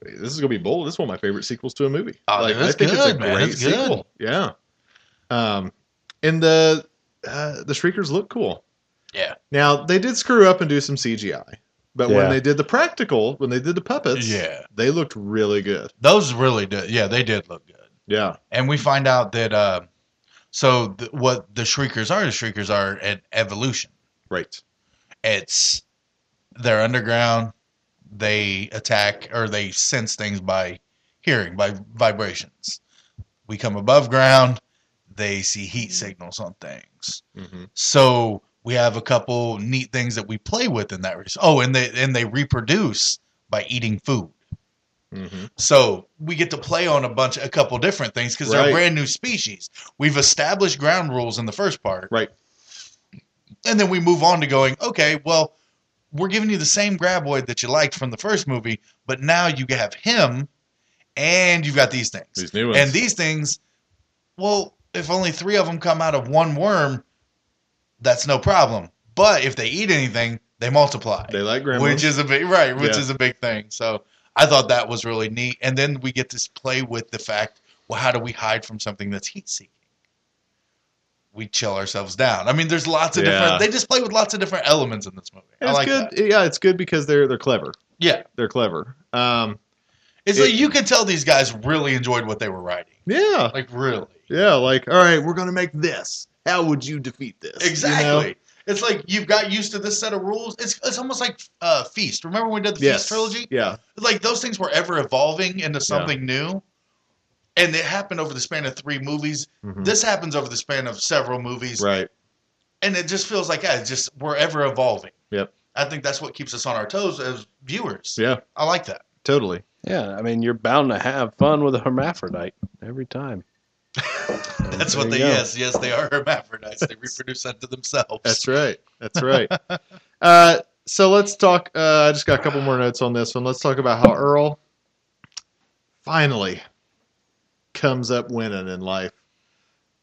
Speaker 6: this is gonna be bold. This is one of my favorite sequels to a movie.
Speaker 7: Oh, dude, that's good, man. That's good.
Speaker 6: Yeah. Um, and the uh, the shriekers look cool.
Speaker 7: Yeah.
Speaker 6: Now they did screw up and do some CGI, but
Speaker 8: Yeah.
Speaker 6: when they did the practical, when they did the puppets,
Speaker 7: Yeah.
Speaker 6: they looked really good.
Speaker 7: Those really did. Yeah, they did look good.
Speaker 6: Yeah.
Speaker 7: and we find out that uh, so th- what the shriekers are the shriekers are an evolution
Speaker 6: Right.
Speaker 7: it's they're underground they attack or they sense things by hearing by vibrations we come above ground they see heat signals on things
Speaker 6: Mhm.
Speaker 7: so we have a couple neat things that we play with in that res- oh and they and they reproduce by eating food
Speaker 6: Mhm.
Speaker 7: so we get to play on a bunch, a couple different things because they're
Speaker 6: Right.
Speaker 7: a brand new species. We've established ground rules in the first part,
Speaker 6: Right.
Speaker 7: And then we move on to going, okay, well, we're giving you the same graboid that you liked from the first movie, but now you have him, and you've got these things,
Speaker 6: These new ones.
Speaker 7: and these things. Well, if only three of them come out of one worm, that's no problem. But if they eat anything, they multiply
Speaker 6: they like grandma.
Speaker 7: which is a big right, which
Speaker 6: Yeah.
Speaker 7: is a big thing. So I thought that was really neat. And then we get to play with the fact, well, how do we hide from something that's heat seeking? We chill ourselves down. I mean, there's lots of
Speaker 6: Yeah.
Speaker 7: different. They just play with lots of different elements in this movie.
Speaker 6: it's
Speaker 7: I like
Speaker 6: good.
Speaker 7: that.
Speaker 6: Yeah, it's good because they're they're clever.
Speaker 7: Yeah,
Speaker 6: They're clever. Um,
Speaker 7: it's
Speaker 6: It-
Speaker 7: like you can tell these guys really enjoyed what they were writing.
Speaker 6: yeah,
Speaker 7: Like really,
Speaker 6: yeah. Like, all right, we're gonna make this. How would you defeat this? You
Speaker 7: exactly.
Speaker 6: know?
Speaker 7: It's like you've got used to this set of rules. It's it's almost like uh, Feast. Remember when we did the
Speaker 6: Yes.
Speaker 7: Feast trilogy?
Speaker 6: Yeah.
Speaker 7: like those things were ever evolving into something new and it happened over the span of three movies
Speaker 8: Mm-hmm.
Speaker 6: Mhm.
Speaker 7: this happens over the span of several movies
Speaker 6: Right.
Speaker 7: and it just feels like yeah, it's just we're ever evolving
Speaker 6: Yep.
Speaker 7: i think that's what keeps us on our toes as viewers
Speaker 6: Yeah.
Speaker 7: i like that
Speaker 6: Totally.
Speaker 8: Yeah, I mean, you're bound to have fun with a hermaphrodite every time.
Speaker 7: that's
Speaker 8: There
Speaker 7: what
Speaker 8: you
Speaker 7: they
Speaker 8: go.
Speaker 7: yes yes they are hermaphrodites they reproduce unto themselves
Speaker 6: That's right. That's right. uh, so let's talk. Uh, I just got a couple more notes on this one. Let's talk about how Earl finally comes up winning in life.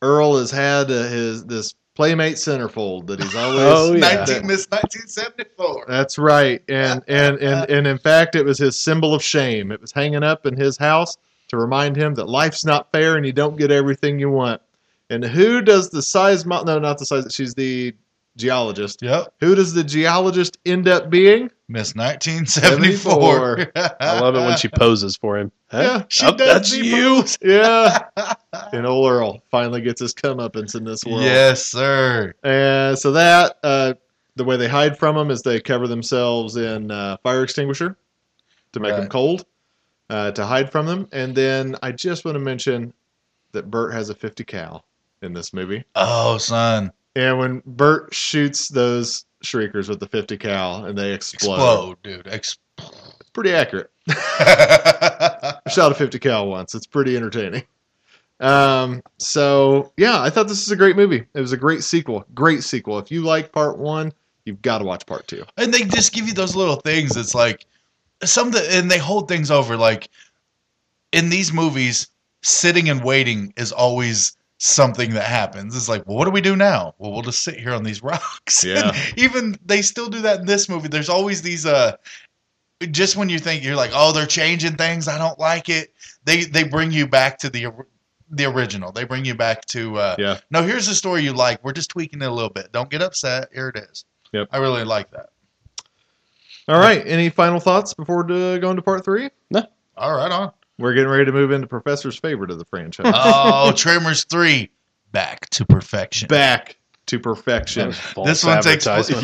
Speaker 6: Earl has had uh, his this playmate centerfold that he's always.
Speaker 8: Oh, yeah.
Speaker 7: 19 miss 1974
Speaker 6: That's right, and and and and in fact, it was his symbol of shame. It was hanging up in his house to remind him that life's not fair and you don't get everything you want. And who does the seismo? No, not the seism. She's the geologist.
Speaker 7: yep
Speaker 6: Who does the geologist end up being?
Speaker 7: miss 1974
Speaker 8: I love it when she poses for him.
Speaker 6: Yeah, she
Speaker 8: Up,
Speaker 6: does
Speaker 8: that's
Speaker 6: the
Speaker 8: you.
Speaker 6: Yeah. and old Earl finally gets his comeuppance in this world.
Speaker 7: yes sir
Speaker 6: And so that, uh, the way they hide from them is they cover themselves in uh, fire extinguisher to make them
Speaker 7: Right.
Speaker 6: cold, uh, to hide from them. And then I just want to mention that Bert has a 50 cal in this movie.
Speaker 7: oh son
Speaker 6: And when Bert shoots those shriekers with the 50 cal and they explode,
Speaker 7: explode, dude explode
Speaker 6: it's pretty accurate. I shot a 50 cal once. It's pretty entertaining. Um, so yeah, I thought this is a great movie. It was a great sequel. Great sequel. If you like part one, you've got to watch part two.
Speaker 7: and they just give you those little things. It's like some and they hold things over. Like in these movies, sitting and waiting is always something that happens. It's like, well, what do we do now? Well, we'll just sit here on these rocks. And
Speaker 6: Yeah.
Speaker 7: even they still do that in this movie. There's always these uh just when you think you're like, oh, they're changing things. I don't like it. They they bring you back to the or- the original. They bring you back to uh,
Speaker 6: Yeah.
Speaker 7: No, here's the story you like. We're just tweaking it a little bit. Don't get upset. Here it is.
Speaker 6: Yep.
Speaker 7: I really like that.
Speaker 6: All right. Any final thoughts before uh, going to part three?
Speaker 7: All right, on.
Speaker 6: We're getting ready to move into Professor's favorite of the franchise.
Speaker 7: Oh, Tremors three, back to perfection.
Speaker 6: Back to perfection.
Speaker 7: This one takes
Speaker 8: advertisement.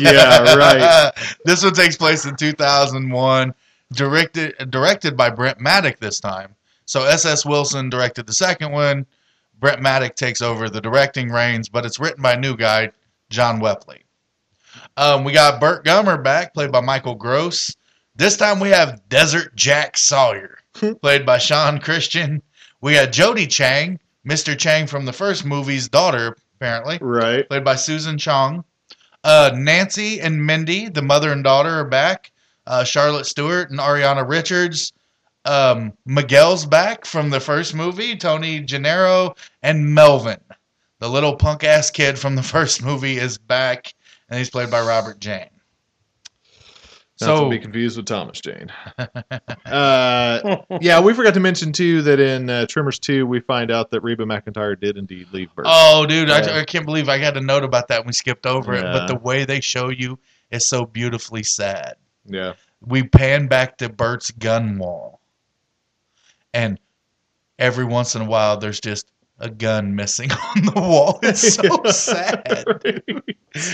Speaker 6: yeah, right.
Speaker 7: this one takes place in 2001, directed directed by Brent Maddock this time. So S.S. Wilson directed the second one. Brent Maddock takes over the directing reins, but it's written by new guy John Wepley. Um, we got Burt Gummer back, played by Michael Gross. This time we have Desert Jack Sawyer, played by Sean Christian. We got Jody Chang, Mr. Chang from the first movie's daughter, apparently
Speaker 6: Right.
Speaker 7: played by Susan Chong. Uh, Nancy and Mindy, the mother and daughter, are back. Uh, Charlotte Stewart and Ariana Richards. um, Miguel's back from the first movie, Tony Gennaro, and Melvin, the little punk ass kid from the first movie, is back, and he's played by Robert Jane.
Speaker 6: Not
Speaker 7: So
Speaker 6: to be confused with Thomas Jane. uh, yeah, we forgot to mention too that in uh, Tremors Two, we find out that Reba McIntyre did indeed leave Bird.
Speaker 7: Oh, dude, I,
Speaker 6: Yeah.
Speaker 7: I can't believe I had a note about that. and We skipped over it, but
Speaker 6: Yeah.
Speaker 7: the way they show you is so beautifully sad.
Speaker 6: Yeah,
Speaker 7: We pan back to Bert's gun wall, and every once in a while, there's just a gun missing on the wall. It's so sad.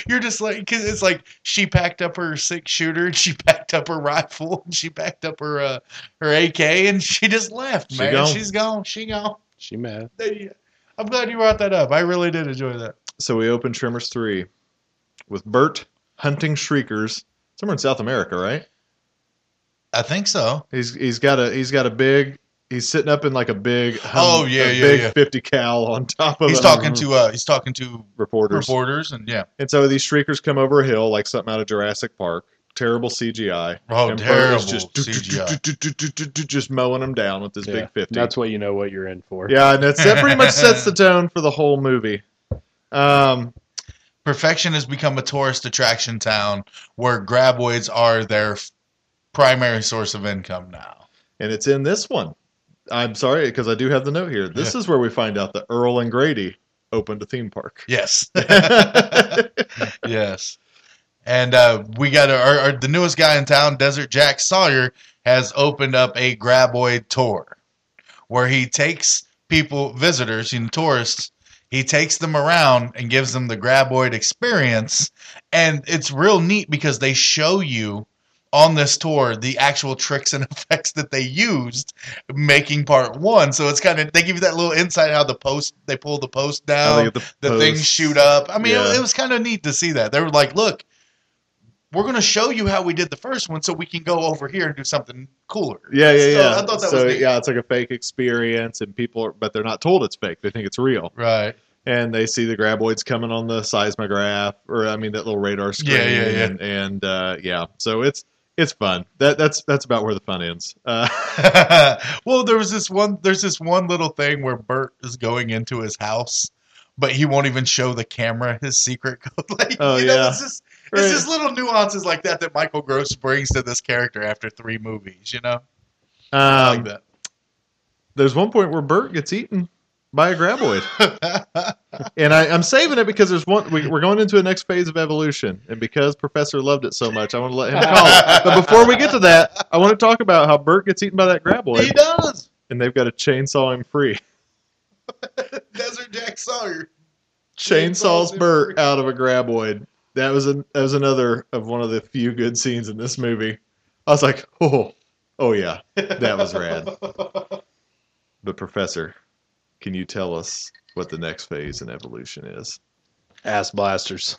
Speaker 7: You're just like, because it's like she packed up her six shooter, and she packed up her rifle, and she packed up her uh, her AK, and she just left.
Speaker 6: She
Speaker 7: man,
Speaker 6: gone.
Speaker 7: she's gone. She gone.
Speaker 8: She mad.
Speaker 7: I'm glad you brought that up. I really did enjoy that.
Speaker 6: So we open Tremors Three with Bert hunting shriekers somewhere in South America, right?
Speaker 7: I think so.
Speaker 6: He's he's got a he's got a big he's sitting up in like a big hum-
Speaker 7: Oh, yeah,
Speaker 6: a
Speaker 7: yeah,
Speaker 6: big
Speaker 7: yeah.
Speaker 6: fifty cal on top of
Speaker 7: he's
Speaker 6: a-
Speaker 7: talking to uh he's talking to
Speaker 6: reporters.
Speaker 7: reporters and yeah
Speaker 6: And so these shriekers come over a hill like something out of Jurassic Park. Terrible CGI.
Speaker 7: Oh,
Speaker 6: and Bert is
Speaker 7: terrible
Speaker 6: just
Speaker 7: CGI.
Speaker 6: just mowing them down with this
Speaker 8: Yeah.
Speaker 6: big fifty.
Speaker 8: That's what you know what you're in for.
Speaker 6: yeah, and that's, that pretty much sets the tone for the whole movie. Um,
Speaker 7: perfection has become a tourist attraction town where graboids are their f- primary source of income now
Speaker 6: and it's in this one. I'm sorry because I do have the note here. This is where we find out that Earl and Grady opened a theme park.
Speaker 7: yes yes and uh we got our, our the newest guy in town desert jack sawyer has opened up a graboid tour where he takes people visitors you know tourists he takes them around and gives them the graboid experience and it's real neat because they show you on this tour the actual tricks and effects that they used making part one so it's kind of they give you that little insight how the post they pull the post
Speaker 6: How
Speaker 7: down
Speaker 6: they get
Speaker 7: Um, the
Speaker 6: posts.
Speaker 7: things shoot up i mean it-
Speaker 6: Yeah.
Speaker 7: it, was kind of neat to see that they were like look we're going to show you how we did the first one so we can go over here and do something cooler
Speaker 6: Yeah, yeah,
Speaker 7: So
Speaker 6: yeah.
Speaker 7: i thought that
Speaker 6: so,
Speaker 7: was neat
Speaker 6: yeah, it's like a fake experience, and people are, but they're not told it's fake. They think it's real,
Speaker 7: right
Speaker 6: and they see the graboids coming on the seismograph, or I mean, that little radar screen.
Speaker 7: Yeah, yeah, yeah.
Speaker 6: And, and uh, yeah, so it's it's fun. That that's that's about where the fun ends. Uh,
Speaker 7: well, there was this one. There's this one little thing where Bert is going into his house, but he won't even show the camera his secret code. like,
Speaker 6: Oh,
Speaker 7: you know,
Speaker 6: yeah.
Speaker 7: it's just
Speaker 6: Right.
Speaker 7: it's just little nuances like that that Michael Gross brings to this character after three movies. You know, I
Speaker 6: um,
Speaker 7: like that.
Speaker 6: there's one point where Bert gets eaten by a graboid, and I, I'm saving it because there's one. We, we're going into a next phase of evolution, and because Professor loved it so much, I want to let him call it. But before we get to that, I want to talk about how Bert gets eaten by that graboid.
Speaker 7: he does.
Speaker 6: and they've got to chainsaw him free.
Speaker 7: Desert Jack Sawyer.
Speaker 6: Chainsaws
Speaker 7: him
Speaker 6: Bert
Speaker 7: free.
Speaker 6: out of a graboid. That was an that was another of one of the few good scenes in this movie. I was like, oh, oh yeah, that was rad. But Professor, can you tell us what the next phase in evolution is?
Speaker 8: Ass blasters.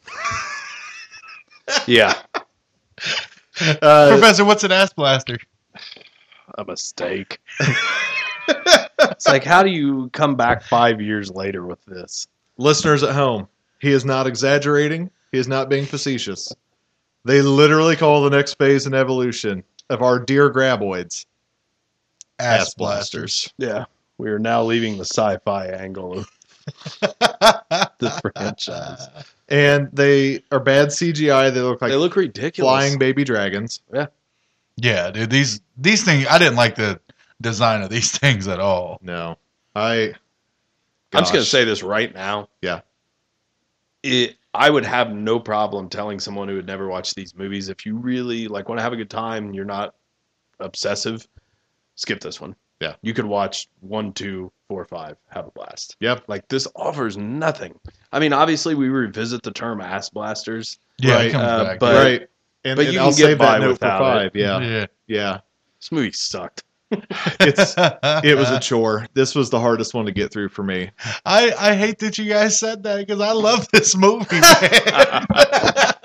Speaker 8: yeah,
Speaker 6: Uh,
Speaker 7: Professor, what's an ass blaster?
Speaker 8: a mistake. it's like how do you come back five years later with this?
Speaker 6: listeners at home, he is not exaggerating. He is not being facetious. They literally call the next phase in evolution of our dear graboids ass blasters.
Speaker 8: Yeah. We are now leaving the sci-fi angle of the franchise.
Speaker 6: and they are bad CGI. They look like
Speaker 8: they look ridiculous.
Speaker 6: flying baby dragons.
Speaker 7: Yeah, dude. These these things. I didn't like the design of these things at all.
Speaker 6: No, I.
Speaker 8: I'm just gonna
Speaker 6: gosh.
Speaker 8: say this right now.
Speaker 6: Yeah.
Speaker 8: It I would have no problem telling someone who had never watched these movies if you really like want to have a good time and you're not obsessive, skip this one.
Speaker 6: Yeah.
Speaker 8: You could watch one, two, four, five, have a blast.
Speaker 6: Yep.
Speaker 8: Like this offers nothing. I mean, obviously we revisit the term ass blasters.
Speaker 7: Yeah,
Speaker 6: Right,
Speaker 7: it comes
Speaker 8: uh,
Speaker 7: back.
Speaker 8: but- uh,
Speaker 6: right, and,
Speaker 8: but
Speaker 6: and
Speaker 8: you
Speaker 6: I'll
Speaker 8: can get
Speaker 6: save
Speaker 8: by
Speaker 6: that note for
Speaker 8: without it.
Speaker 6: five. Yeah,
Speaker 7: yeah.
Speaker 6: yeah.
Speaker 8: This movie sucked.
Speaker 6: It's it was a chore. This was the hardest one to get through for me.
Speaker 7: I, I hate that you guys said that because I love this movie. Man.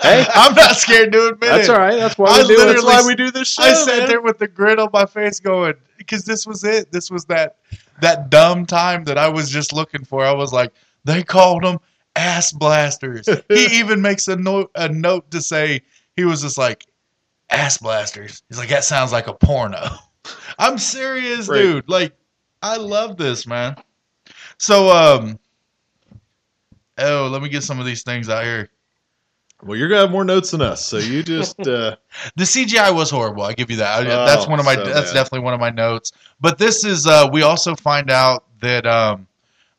Speaker 8: Hey.
Speaker 7: I'm not scared to admit
Speaker 8: That's
Speaker 7: it.
Speaker 8: all right. That's why
Speaker 7: I
Speaker 8: we do. That's
Speaker 7: literally-
Speaker 8: why we do this show.
Speaker 7: I sat
Speaker 8: man.
Speaker 7: there with the grin on my face, going because this was it. This was that that dumb time that I was just looking for. I was like, they called them ass blasters. he even makes a note a note to say he was just like ass blasters. He's like that sounds like a porno. I'm serious,
Speaker 6: Great.
Speaker 7: dude. Like, I love this, man. So, um, oh, let me get some of these things out here.
Speaker 6: Well, you're gonna have more notes than us, so you just uh,
Speaker 7: The CGI was horrible. I give you that. I-
Speaker 6: Oh,
Speaker 7: that's one of my.
Speaker 6: so
Speaker 7: that's
Speaker 6: bad.
Speaker 7: definitely one of my notes. But this is. Uh, we also find out that um,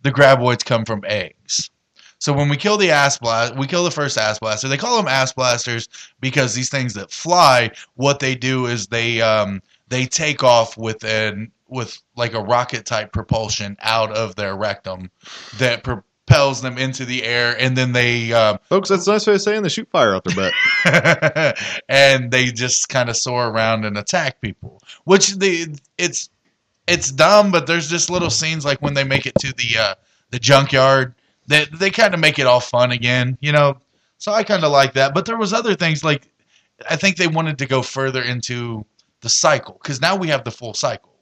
Speaker 7: the graboids come from eggs. So when we kill the ass blast, we kill the first ass blaster. They call them ass blasters because these things that fly, what they do is they um, they take off with an with like a rocket type propulsion out of their rectum that propels them into the air, and then they um,
Speaker 6: folks. That's a nice way of saying they shoot fire out their butt.
Speaker 7: and they just kind of soar around and attack people. Which the it's it's dumb, but there's just little scenes like when they make it to the uh, the junkyard that they, kind of make it all fun again, you know. So I kind of like that. But there was other things like I think they wanted to go further into the cycle because now we have the full cycle.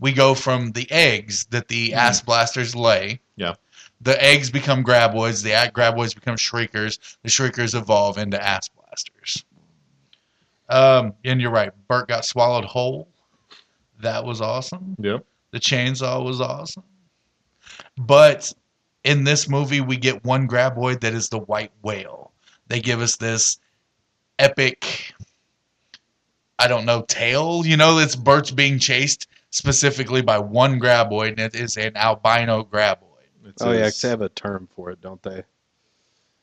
Speaker 7: We go from the eggs that the ass blasters lay.
Speaker 6: Yeah.
Speaker 7: The eggs become graboids. The a- graboids become shriekers. The shriekers evolve into ass blasters. Um, and you're right. Bert got swallowed whole. That was awesome.
Speaker 6: Yep.
Speaker 7: The chainsaw was awesome. But in this movie, we get one graboid that is the white whale. They give us this epic, I don't know, tale. You know, it's Bert's being chased specifically by one graboid, and it is an albino graboid.
Speaker 6: It's
Speaker 8: Oh yeah, 'cause they
Speaker 6: it's-
Speaker 8: have a term for it, don't they?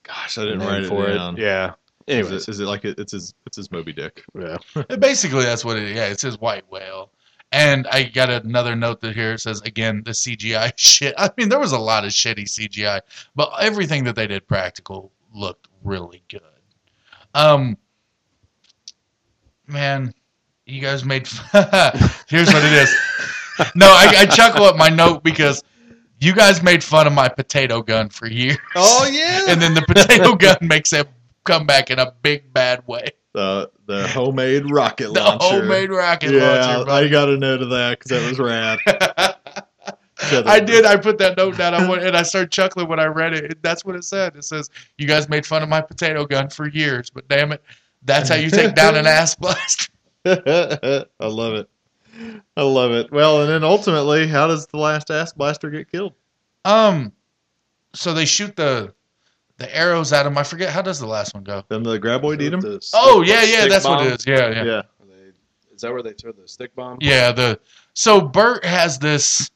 Speaker 6: gosh, I didn't
Speaker 8: Name
Speaker 6: write it down.
Speaker 8: Yeah.
Speaker 6: Is
Speaker 8: Anyways,
Speaker 6: it, is it like it, it's his it's his Moby Dick?
Speaker 8: yeah.
Speaker 7: And Basically, that's what it is. Yeah, it says white whale. And I got another note that here it says again the CGI shit. I mean, there was a lot of shitty CGI, but everything that they did practical looked really good. Um, man, you guys made. Here's what it is. No, I, I chuckle at my note because you guys made fun of my potato gun for years,
Speaker 6: Oh yeah.
Speaker 7: and then the potato gun makes a comeback in a big bad way.
Speaker 6: the the homemade rocket
Speaker 7: The
Speaker 6: launcher.
Speaker 7: homemade rocket
Speaker 6: yeah,
Speaker 7: launcher.
Speaker 6: I got a note of that because that was rad.
Speaker 7: I did. I put that note down. I went, and I started chuckling when I read it. That's what it said. It says, "You guys made fun of my potato gun for years, but damn it, that's how you take down an ass blaster."
Speaker 6: I love it. I love it. Well, and then ultimately, how does the last ass blaster get killed?
Speaker 7: Um, so they shoot the the arrows at him. I forget how does the last one go.
Speaker 6: Then the graboid eat him.
Speaker 7: Oh yeah, yeah, that's what it is. Yeah, yeah,
Speaker 6: yeah.
Speaker 7: yeah.
Speaker 8: Is that where they throw the stick bomb?
Speaker 6: Um,
Speaker 7: the so Bert has this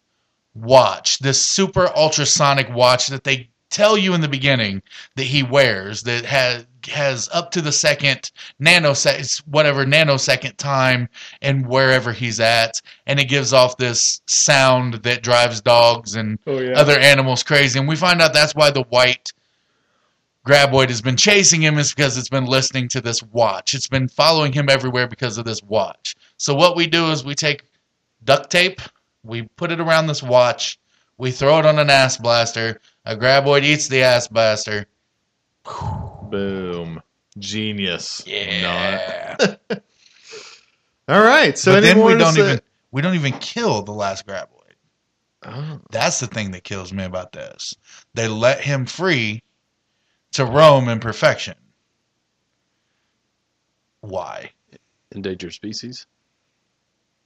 Speaker 7: watch, this super ultrasonic watch that they tell you in the beginning that he wears that has has up to the second nanosecond whatever nanosecond time and wherever he's at and it gives off this sound that drives dogs and
Speaker 6: Oh yeah.
Speaker 7: other animals crazy and we find out that's why the white graboid has been chasing him is because it's been listening to this watch it's been following him everywhere because of this watch so what we do is we take duct tape we put it around this watch we throw it on an ass blaster a graboid eats the ass blaster
Speaker 6: Boom. Genius. Not-
Speaker 7: yeah
Speaker 6: All right. So
Speaker 7: but then
Speaker 6: anymore
Speaker 7: we
Speaker 6: to
Speaker 7: don't
Speaker 6: say-
Speaker 7: even we don't even kill the last graboid
Speaker 6: Oh,
Speaker 7: That's the thing that kills me about this. They let him free to roam in perfection. Why?
Speaker 8: Endangered species.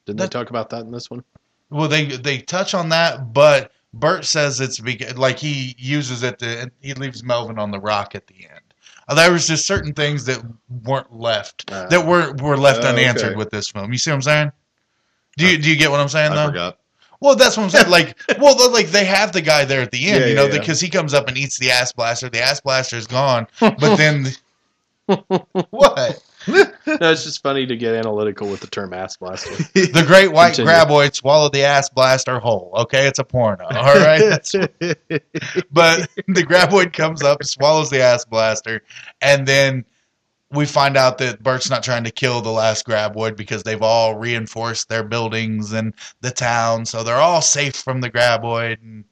Speaker 8: Didn't
Speaker 7: That-
Speaker 8: they talk about that in this one?
Speaker 7: Well, they they touch on that, but Bert says it's because like he uses it to he leaves Melvin on the rock at the end. Uh, There was just certain things that weren't left
Speaker 8: Uh,
Speaker 7: that were were left
Speaker 6: Oh, okay.
Speaker 7: unanswered with this film. You see what I'm saying? Do you do you get what I'm saying
Speaker 6: I
Speaker 7: though?
Speaker 6: forgot.
Speaker 7: Well, that's what I'm saying. Like, well, they're- like they have the guy there at the end,
Speaker 6: Yeah,
Speaker 7: you know,
Speaker 6: yeah, yeah.
Speaker 7: because he comes up and eats the ass blaster. The ass blaster is gone, but then what?
Speaker 8: no, it's just funny to get analytical with the term ass blaster.
Speaker 7: The great white
Speaker 8: Continue.
Speaker 7: graboid swallowed the ass blaster whole. Okay, it's a porno. All right, That's- but the graboid comes up, swallows the ass blaster, and then we find out that Bert's not trying to kill the last graboid because they've all reinforced their buildings and the town, so they're all safe from the graboid and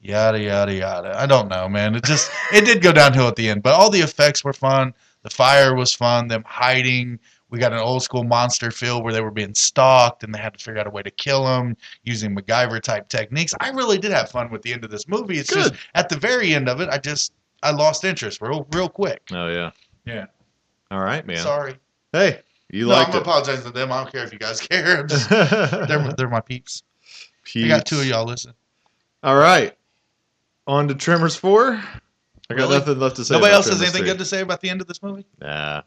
Speaker 7: yada yada yada. I don't know, man. It just it did go downhill at the end, but all the effects were fun. The fire was fun. Them hiding. We got an old school monster feel where they were being stalked and they had to figure out a way to kill them using MacGyver type techniques. I really did have fun with the end of this movie. It's just at the very end of it, I just I lost interest real real quick.
Speaker 6: Oh yeah.
Speaker 7: Yeah.
Speaker 6: All right, man.
Speaker 7: Sorry.
Speaker 6: Hey, You
Speaker 7: no, I'm
Speaker 6: liked
Speaker 7: gonna apologize to them. I don't care if you guys care. I'm just-
Speaker 6: it.
Speaker 7: they're they're my peeps. I got two of y'all. Listen,
Speaker 6: All right. On to Tremors 4. I got
Speaker 7: Really?
Speaker 6: nothing left to say.
Speaker 7: nobody
Speaker 6: about
Speaker 7: else has
Speaker 6: Tremors
Speaker 7: anything
Speaker 6: 3.
Speaker 7: good to say about the end of this movie.
Speaker 6: Nah.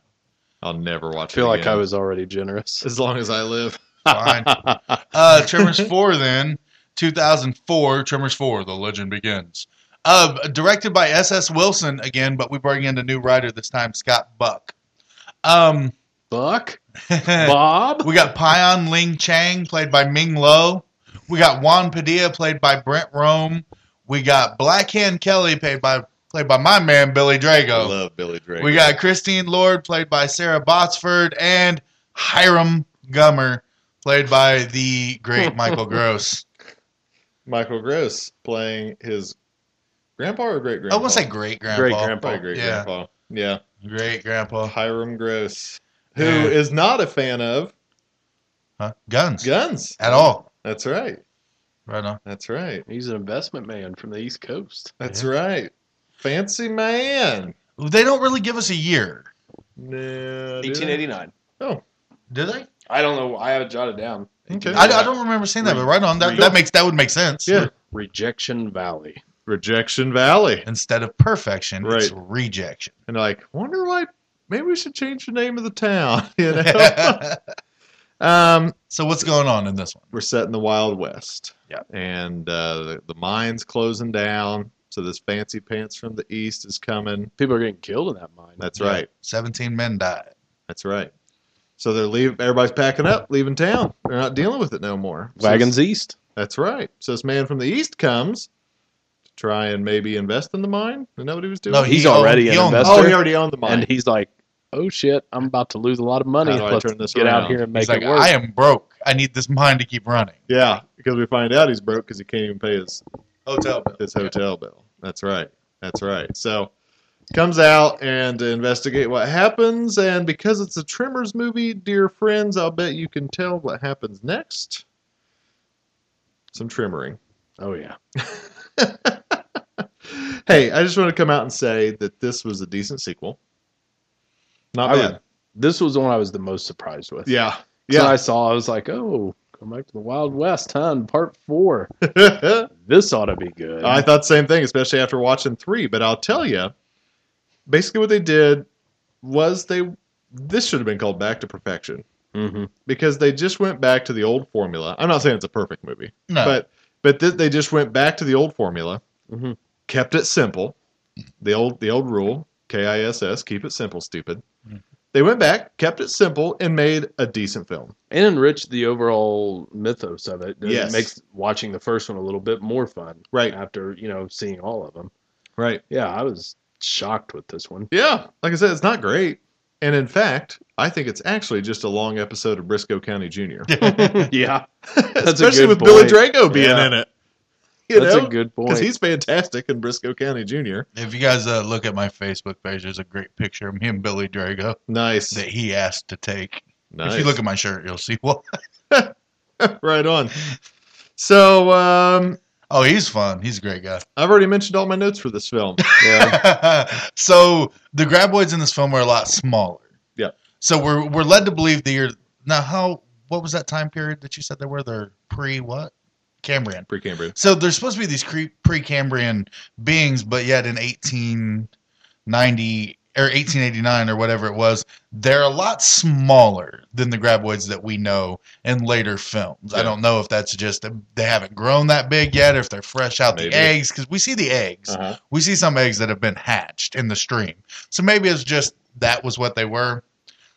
Speaker 6: I'll never watch
Speaker 8: I feel
Speaker 6: it
Speaker 8: like
Speaker 6: again.
Speaker 8: I was already generous.
Speaker 6: As long as I live.
Speaker 7: Fine. uh, Tremors 4, then. 2004, Tremors 4, The Legend Begins. Uh, directed by S.S. Wilson again, but we bring in a new writer this time, Scott Buck. Um,
Speaker 8: Buck?
Speaker 7: we
Speaker 8: Bob?
Speaker 7: got Pion Ling Chang, played by Ming Lo. We got Juan Padilla, played by Brent Rome. We got Black Hand Kelly, played by played by my man Billy
Speaker 6: I
Speaker 7: Drago.
Speaker 6: love Billy Drake.
Speaker 7: We got Christine Lord, played by Sarah Botsford, and Hiram Gummer, played by the great Michael Gross.
Speaker 6: Michael Gross playing his grandpa or great
Speaker 7: I
Speaker 6: grandpa?
Speaker 7: want to say great grandpa.
Speaker 8: Great grandpa.
Speaker 6: Probably great
Speaker 7: Yeah.
Speaker 6: grandpa. Yeah.
Speaker 7: Great grandpa.
Speaker 6: Hiram Gross, who is
Speaker 7: Yeah.
Speaker 6: not a fan of
Speaker 7: Huh? Guns.
Speaker 6: guns
Speaker 7: At all.
Speaker 6: That's right.
Speaker 7: Right on.
Speaker 6: That's right.
Speaker 8: He's an investment man from the East Coast.
Speaker 6: That's right. Fancy man.
Speaker 7: They don't really give us a year,
Speaker 6: No, do they?
Speaker 8: 1889.
Speaker 7: do they?
Speaker 8: I don't know. I have it jotted down.
Speaker 6: Okay.
Speaker 7: I, I don't remember seeing that, but right on. That, that makes that would make sense.
Speaker 6: Yeah.
Speaker 8: Rejection Valley.
Speaker 6: Rejection Valley.
Speaker 7: Instead of perfection, it's
Speaker 6: Right.
Speaker 7: rejection.
Speaker 6: And like, wonder why maybe we should change the name of the town, you know?
Speaker 7: so
Speaker 6: um
Speaker 7: what's going on in this one?
Speaker 6: we're set in the Wild West.
Speaker 7: Yeah.
Speaker 6: And uh, the, the mine's closing down. So this fancy pants from the east is coming.
Speaker 8: People are getting killed in that mine.
Speaker 6: That's right.
Speaker 7: Seventeen men died.
Speaker 6: That's right. So they're leaving. Everybody's packing up, leaving town. They're not dealing with it no more. So
Speaker 8: Wagons East.
Speaker 6: this- That's right. So this man from the east comes to try and maybe invest in the mine. Isn't that what he was doing?
Speaker 7: No,
Speaker 8: He's
Speaker 7: He owned-
Speaker 8: already
Speaker 7: he
Speaker 8: an
Speaker 7: owned-
Speaker 8: investor.
Speaker 6: oh, he already owned the mine.
Speaker 8: And he's like, oh shit, I'm about to lose a lot of money.
Speaker 6: How do I
Speaker 8: Let's
Speaker 6: turn this
Speaker 8: get
Speaker 6: around?
Speaker 8: out here and make
Speaker 7: He's like,
Speaker 8: it work.
Speaker 7: I am broke. I need this mine to keep running.
Speaker 6: yeah, because we find out he's broke because he can't even pay his
Speaker 7: Hotel bill.
Speaker 6: his hotel bill. That's right. That's right. So comes out and to investigate what happens. And because it's a Tremors movie, dear friends, I'll bet you can tell what happens next. Some trimmering.
Speaker 8: oh yeah.
Speaker 6: hey, I just want to come out and say that this was a decent sequel. Not
Speaker 8: I
Speaker 6: bad.
Speaker 8: would- This was the one I was the most surprised with.
Speaker 6: Yeah.
Speaker 8: So
Speaker 6: Yeah.
Speaker 8: I saw, I was like, oh, come back to the Wild West, huh? in Part four. This ought to be good.
Speaker 6: I thought the same thing, especially after watching three. But I'll tell you, basically what they did was they this should have been called Back to Perfection
Speaker 8: hmm
Speaker 6: because they just went back to the old formula. I'm not saying it's a perfect movie,
Speaker 7: No.
Speaker 6: but but th- they just went back to the old formula,
Speaker 8: Mhm.
Speaker 6: kept it simple. The old the old rule, K I S S, keep it simple, stupid.
Speaker 8: Mm-hmm.
Speaker 7: Mhm.
Speaker 6: They went back, kept it simple, and made a decent film.
Speaker 8: And enriched the overall mythos of it. It
Speaker 6: Yes.
Speaker 8: makes watching the first one a little bit more fun
Speaker 6: Right,
Speaker 8: after, you know, seeing all of them.
Speaker 6: right.
Speaker 8: Yeah, I was shocked with this one.
Speaker 6: Yeah, like I said, it's not great. And in fact, I think it's actually just a long episode of Briscoe County Jr.
Speaker 8: yeah. a
Speaker 6: Especially
Speaker 8: good
Speaker 6: with Billy
Speaker 8: point.
Speaker 6: Drago being
Speaker 8: Yeah.
Speaker 6: in it. You
Speaker 8: That's
Speaker 6: know?
Speaker 8: a good point.
Speaker 6: Because he's fantastic in Briscoe County Jr.
Speaker 7: If you guys uh, look at my Facebook page, there's a great picture of me and Billy Drago
Speaker 6: Nice.
Speaker 7: that he asked to take.
Speaker 6: nice.
Speaker 7: If you look at my shirt, you'll see what.
Speaker 6: right on. So um,
Speaker 7: Oh, he's fun. He's a great guy.
Speaker 6: I've already mentioned all my notes for this film.
Speaker 7: so the graboids in this film are a lot smaller.
Speaker 6: Yeah.
Speaker 7: So we're we're led to believe the year now how what was that time period that you said they were? They're pre what? Cambrian.
Speaker 6: Pre-Cambrian.
Speaker 7: So there's supposed to be these cre- pre-Cambrian beings, but yet in 1890 or 1889 or whatever it was, they're a lot smaller than the graboids that we know in later films. I
Speaker 6: Yeah.
Speaker 7: don't know if that's just that they haven't grown that big yet, or if they're fresh out
Speaker 6: Maybe.
Speaker 7: the eggs, because we see the eggs.
Speaker 6: Uh-huh.
Speaker 7: We see some eggs that have been hatched in the stream. So maybe it's just that was what they were.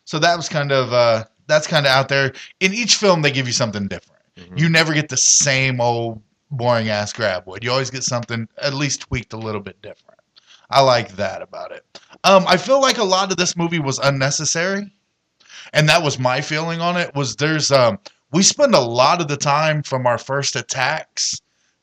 Speaker 7: So that was kind of uh, that's kind of out there. In each film, they give you something different.
Speaker 6: Mhm.
Speaker 7: You never get the same old boring ass graboid. You always get something at least tweaked a little bit different. I like that about it. Um, I feel like a lot of this movie was unnecessary, and that was my feeling on it. Was there's um, we spend a lot of the time from our first attacks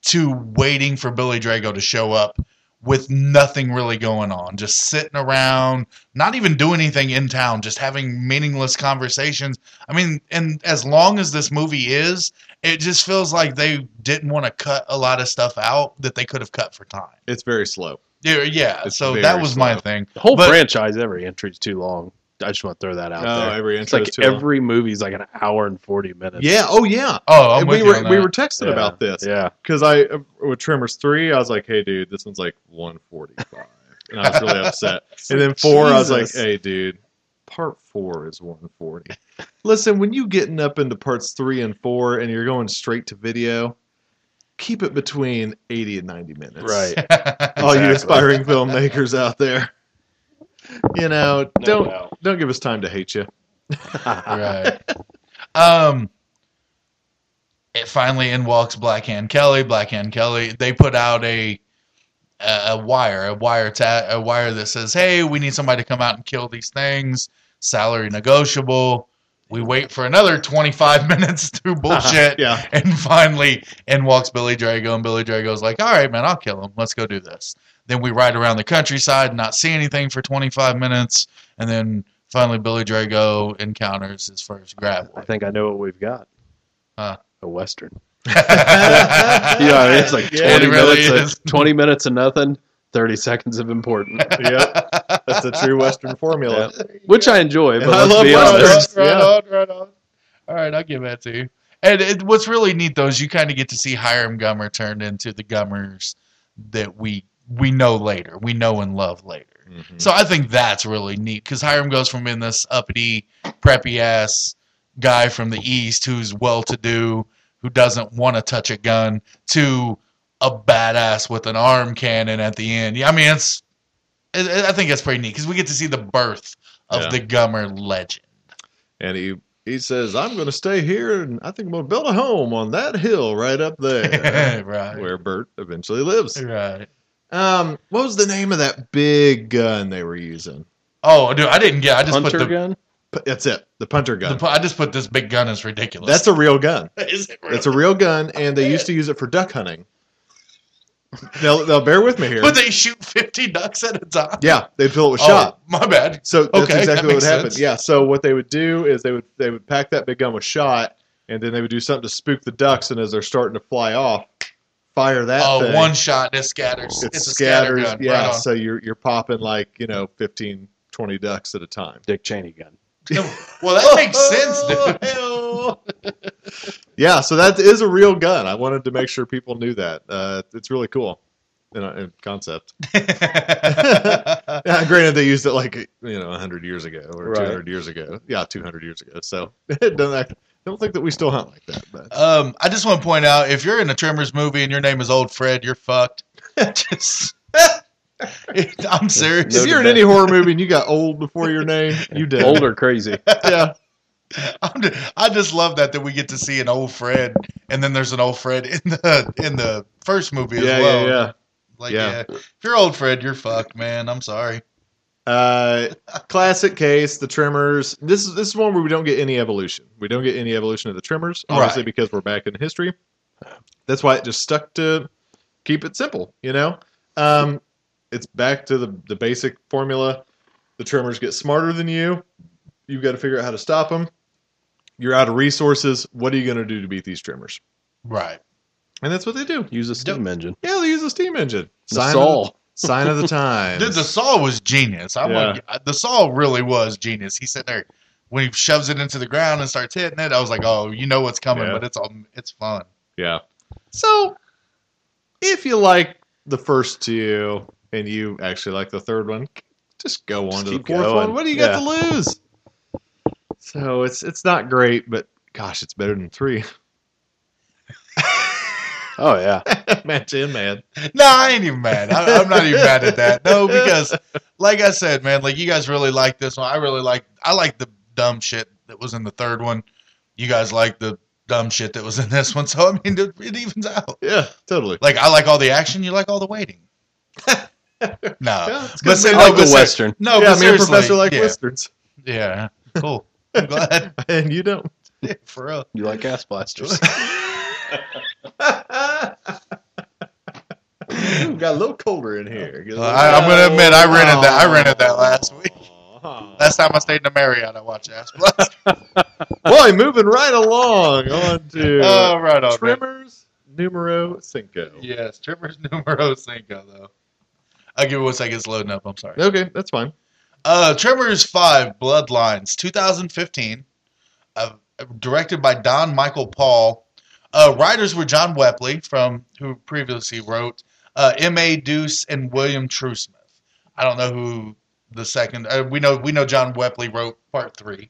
Speaker 7: to waiting for Billy Drago to show up with nothing really going on, just sitting around, not even doing anything in town, just having meaningless conversations. I mean, and as long as this movie is, it just feels like they didn't want to cut a lot of stuff out that they could have cut for time.
Speaker 6: It's very slow.
Speaker 7: Yeah, yeah.
Speaker 6: It's
Speaker 7: so
Speaker 6: very
Speaker 7: that was my
Speaker 6: slow.
Speaker 7: thing.
Speaker 8: The whole
Speaker 7: But-
Speaker 8: franchise, every entry's too long. I just want to throw that out
Speaker 6: Oh,
Speaker 8: there.
Speaker 6: every
Speaker 8: It's
Speaker 6: intro
Speaker 8: like
Speaker 6: to
Speaker 8: every movie's like an hour and forty minutes.
Speaker 6: Yeah. Oh, yeah.
Speaker 7: Oh, I'm
Speaker 6: And we
Speaker 7: with you
Speaker 6: were
Speaker 7: on
Speaker 6: we
Speaker 7: that.
Speaker 6: were texting
Speaker 8: Yeah.
Speaker 6: about this
Speaker 8: yeah.
Speaker 6: because I uh, with Tremors three I was like, hey dude, this one's like 145, and I was really upset. and then four I was
Speaker 8: Jesus.
Speaker 6: like, hey dude, part four is 140. Listen, when you getting up into parts three and four and you're going straight to video, keep it between 80 and 90 minutes.
Speaker 8: Right.
Speaker 6: All you
Speaker 8: Exactly.
Speaker 6: aspiring filmmakers out there, you know,
Speaker 8: No
Speaker 6: don't
Speaker 8: doubt.
Speaker 6: don't give us time to hate you.
Speaker 7: right. Um, it finally in walks Black Hand Kelly. Black Hand Kelly. They put out a a, a wire, a wire ta- a wire that says, "Hey, we need somebody to come out and kill these things. Salary negotiable." We wait for another 25 minutes through bullshit.
Speaker 6: Yeah.
Speaker 7: And finally, in walks Billy Drago, and Billy Drago's like, "All right, man, I'll kill him. Let's go do this." Then we ride around the countryside, and not see anything for 25 minutes, and then finally Billy Drago encounters his first
Speaker 8: I
Speaker 7: grappler.
Speaker 8: think I know what we've got.
Speaker 7: Huh.
Speaker 8: A western.
Speaker 7: yeah,
Speaker 8: Yeah, I mean, it's like
Speaker 6: Yeah,
Speaker 7: it
Speaker 8: twenty
Speaker 7: really
Speaker 8: minutes.
Speaker 7: is.
Speaker 8: Of, twenty minutes of nothing. Thirty seconds of important,
Speaker 6: yep. That's the true Western formula.
Speaker 8: which I enjoy. But
Speaker 6: And I
Speaker 8: let's
Speaker 6: love
Speaker 8: be
Speaker 6: Westerns.
Speaker 8: honest.
Speaker 7: Right
Speaker 6: Yeah.
Speaker 7: on, right on. All right, I'll give that to you. And it, what's really neat though is you kind of get to see Hiram Gummer turned into the Gummers that we we know later, we know and love later.
Speaker 6: Mhm.
Speaker 7: So I think that's really neat because Hiram goes from being this uppity, preppy ass guy from the East who's well to do, who doesn't want to touch a gun, to a badass with an arm cannon at the end. Yeah, I mean, it's. It, it- I think that's pretty neat because we get to see the birth of
Speaker 6: Yeah.
Speaker 7: the Gummer legend.
Speaker 6: And he he says, "I'm going to stay here, and I think I'm going to build a home on that hill right up there,
Speaker 7: right.
Speaker 6: where Bert eventually lives."
Speaker 7: Right.
Speaker 6: Um, what was the name of that big gun they were using?
Speaker 7: Oh, dude, I didn't get. I just
Speaker 8: Hunter
Speaker 7: put the,
Speaker 8: gun.
Speaker 6: P- That's it, the punter
Speaker 7: the
Speaker 6: gun.
Speaker 7: pu- I just put this big gun is ridiculous.
Speaker 6: That's a real gun.
Speaker 7: Is it
Speaker 6: It's a real gun, and they used to use it for duck hunting. They'll, they'll bear with me here.
Speaker 7: Would they shoot fifty ducks at a time?
Speaker 6: yeah, they fill it with
Speaker 7: Oh,
Speaker 6: shot.
Speaker 7: my bad.
Speaker 6: So that's
Speaker 7: Okay, that
Speaker 6: exactly what would
Speaker 7: makes
Speaker 6: happen.
Speaker 7: sense.
Speaker 6: Yeah. So what they would do is they would they would pack that big gun with shot, and then they would do something to spook the ducks, and as they're starting to fly off, fire that.
Speaker 7: Oh,
Speaker 6: thing.
Speaker 7: one shot. It scatters.
Speaker 6: It
Speaker 7: It's, a scatter
Speaker 6: scatters.
Speaker 7: gun.
Speaker 6: yeah.
Speaker 7: Right on.
Speaker 6: so you're you're popping like you know 15, 20 ducks at a time.
Speaker 8: Dick Cheney gun.
Speaker 7: well, that makes sense, dude.
Speaker 6: Oh, hell. yeah. So that is a real gun. I wanted to make sure people knew that. Uh, it's really cool. In, in concept, yeah, granted they used it like you know hundred years ago or
Speaker 8: Right.
Speaker 6: two hundred years ago. Yeah, two hundred years ago. So it doesn't act, don't think that we still hunt like that. But
Speaker 7: um, I just want to point out if you're in a Tremors movie and your name is Old Fred, you're fucked. just, I'm serious.
Speaker 6: if you're in any horror movie and you got old before your name, you did.
Speaker 8: Old or crazy.
Speaker 6: yeah.
Speaker 7: I'm ju- I just love that that we get to see an old Fred, and then there's an old Fred in the in the first movie as
Speaker 6: Yeah,
Speaker 7: well.
Speaker 6: yeah, yeah.
Speaker 7: Like,
Speaker 6: Yeah.
Speaker 7: yeah. if you're old Fred, you're fucked, man. I'm sorry.
Speaker 6: Uh, classic case, the Tremors. This is this is one where we don't get any evolution. We don't get any evolution of the Tremors, obviously
Speaker 7: Right.
Speaker 6: because we're back in history. That's why it just stuck to keep it simple. You know, um, it's back to the the basic formula. The Tremors get smarter than you. You've got to figure out how to stop them. You're out of resources. What are you going to do to beat these Tremors?
Speaker 7: Right.
Speaker 6: And that's what they do.
Speaker 8: Use a steam engine.
Speaker 6: Yeah, they use a steam engine.
Speaker 8: The
Speaker 6: Sign
Speaker 8: Saul.
Speaker 6: Of, sign of the times.
Speaker 7: Dude, the saw was genius. I'm
Speaker 6: Yeah.
Speaker 7: like, the saw really was genius. He's sitting there when he shoves it into the ground and starts hitting it. I was like, oh, you know what's coming,
Speaker 6: Yeah.
Speaker 7: but it's all it's fun.
Speaker 6: Yeah. So, if you like the first two and you actually like the third one, just go on
Speaker 8: Just
Speaker 6: to the
Speaker 8: keep
Speaker 6: fourth
Speaker 8: going.
Speaker 6: one. What do you got to lose? So it's it's not great, but gosh, it's better than three.
Speaker 8: Oh yeah.
Speaker 6: Match in, man.
Speaker 7: No, I ain't even mad. I, I'm not even mad at that. No, because like I said, man, like you guys really like this one. I really like. I like the dumb shit that was in the third one. You guys like the dumb shit that was in this one. So I mean, it, it evens out.
Speaker 6: Yeah, totally.
Speaker 7: Like I like all the action. You like all the waiting. no,
Speaker 6: Yeah,
Speaker 7: but
Speaker 6: it's good.
Speaker 7: say,
Speaker 8: I
Speaker 7: no,
Speaker 8: like
Speaker 7: but
Speaker 8: the
Speaker 7: ser-
Speaker 8: western.
Speaker 7: No, but
Speaker 6: yeah, me and
Speaker 7: seriously,
Speaker 6: Oh, Professor like
Speaker 7: yeah,
Speaker 6: westerns,
Speaker 7: yeah, cool. I'm glad
Speaker 6: and you don't.
Speaker 7: for real.
Speaker 8: You like gas blasters?
Speaker 6: Ooh, got a little colder in here.
Speaker 7: Uh, I, I'm gonna admit, I rented that. I rented that last week.
Speaker 6: Aw.
Speaker 7: Last time I stayed in the Marriott, I watched Ass Blast.
Speaker 6: Boy, moving right along on to
Speaker 7: Oh, right on. man.
Speaker 6: Trimmers numero cinco.
Speaker 7: Yes, Trippers numero cinco though. I'll give it one second. It's loading up. I'm sorry.
Speaker 6: Okay, that's fine.
Speaker 7: Uh, Trevor's Five Bloodlines, 2015, uh, directed by Don Michael Paul. Uh, writers were John Wepley, from who previously wrote uh, M.A. Deuce and William Truesmith. I don't know who the second. Uh, we know we know John Wepley wrote Part Three.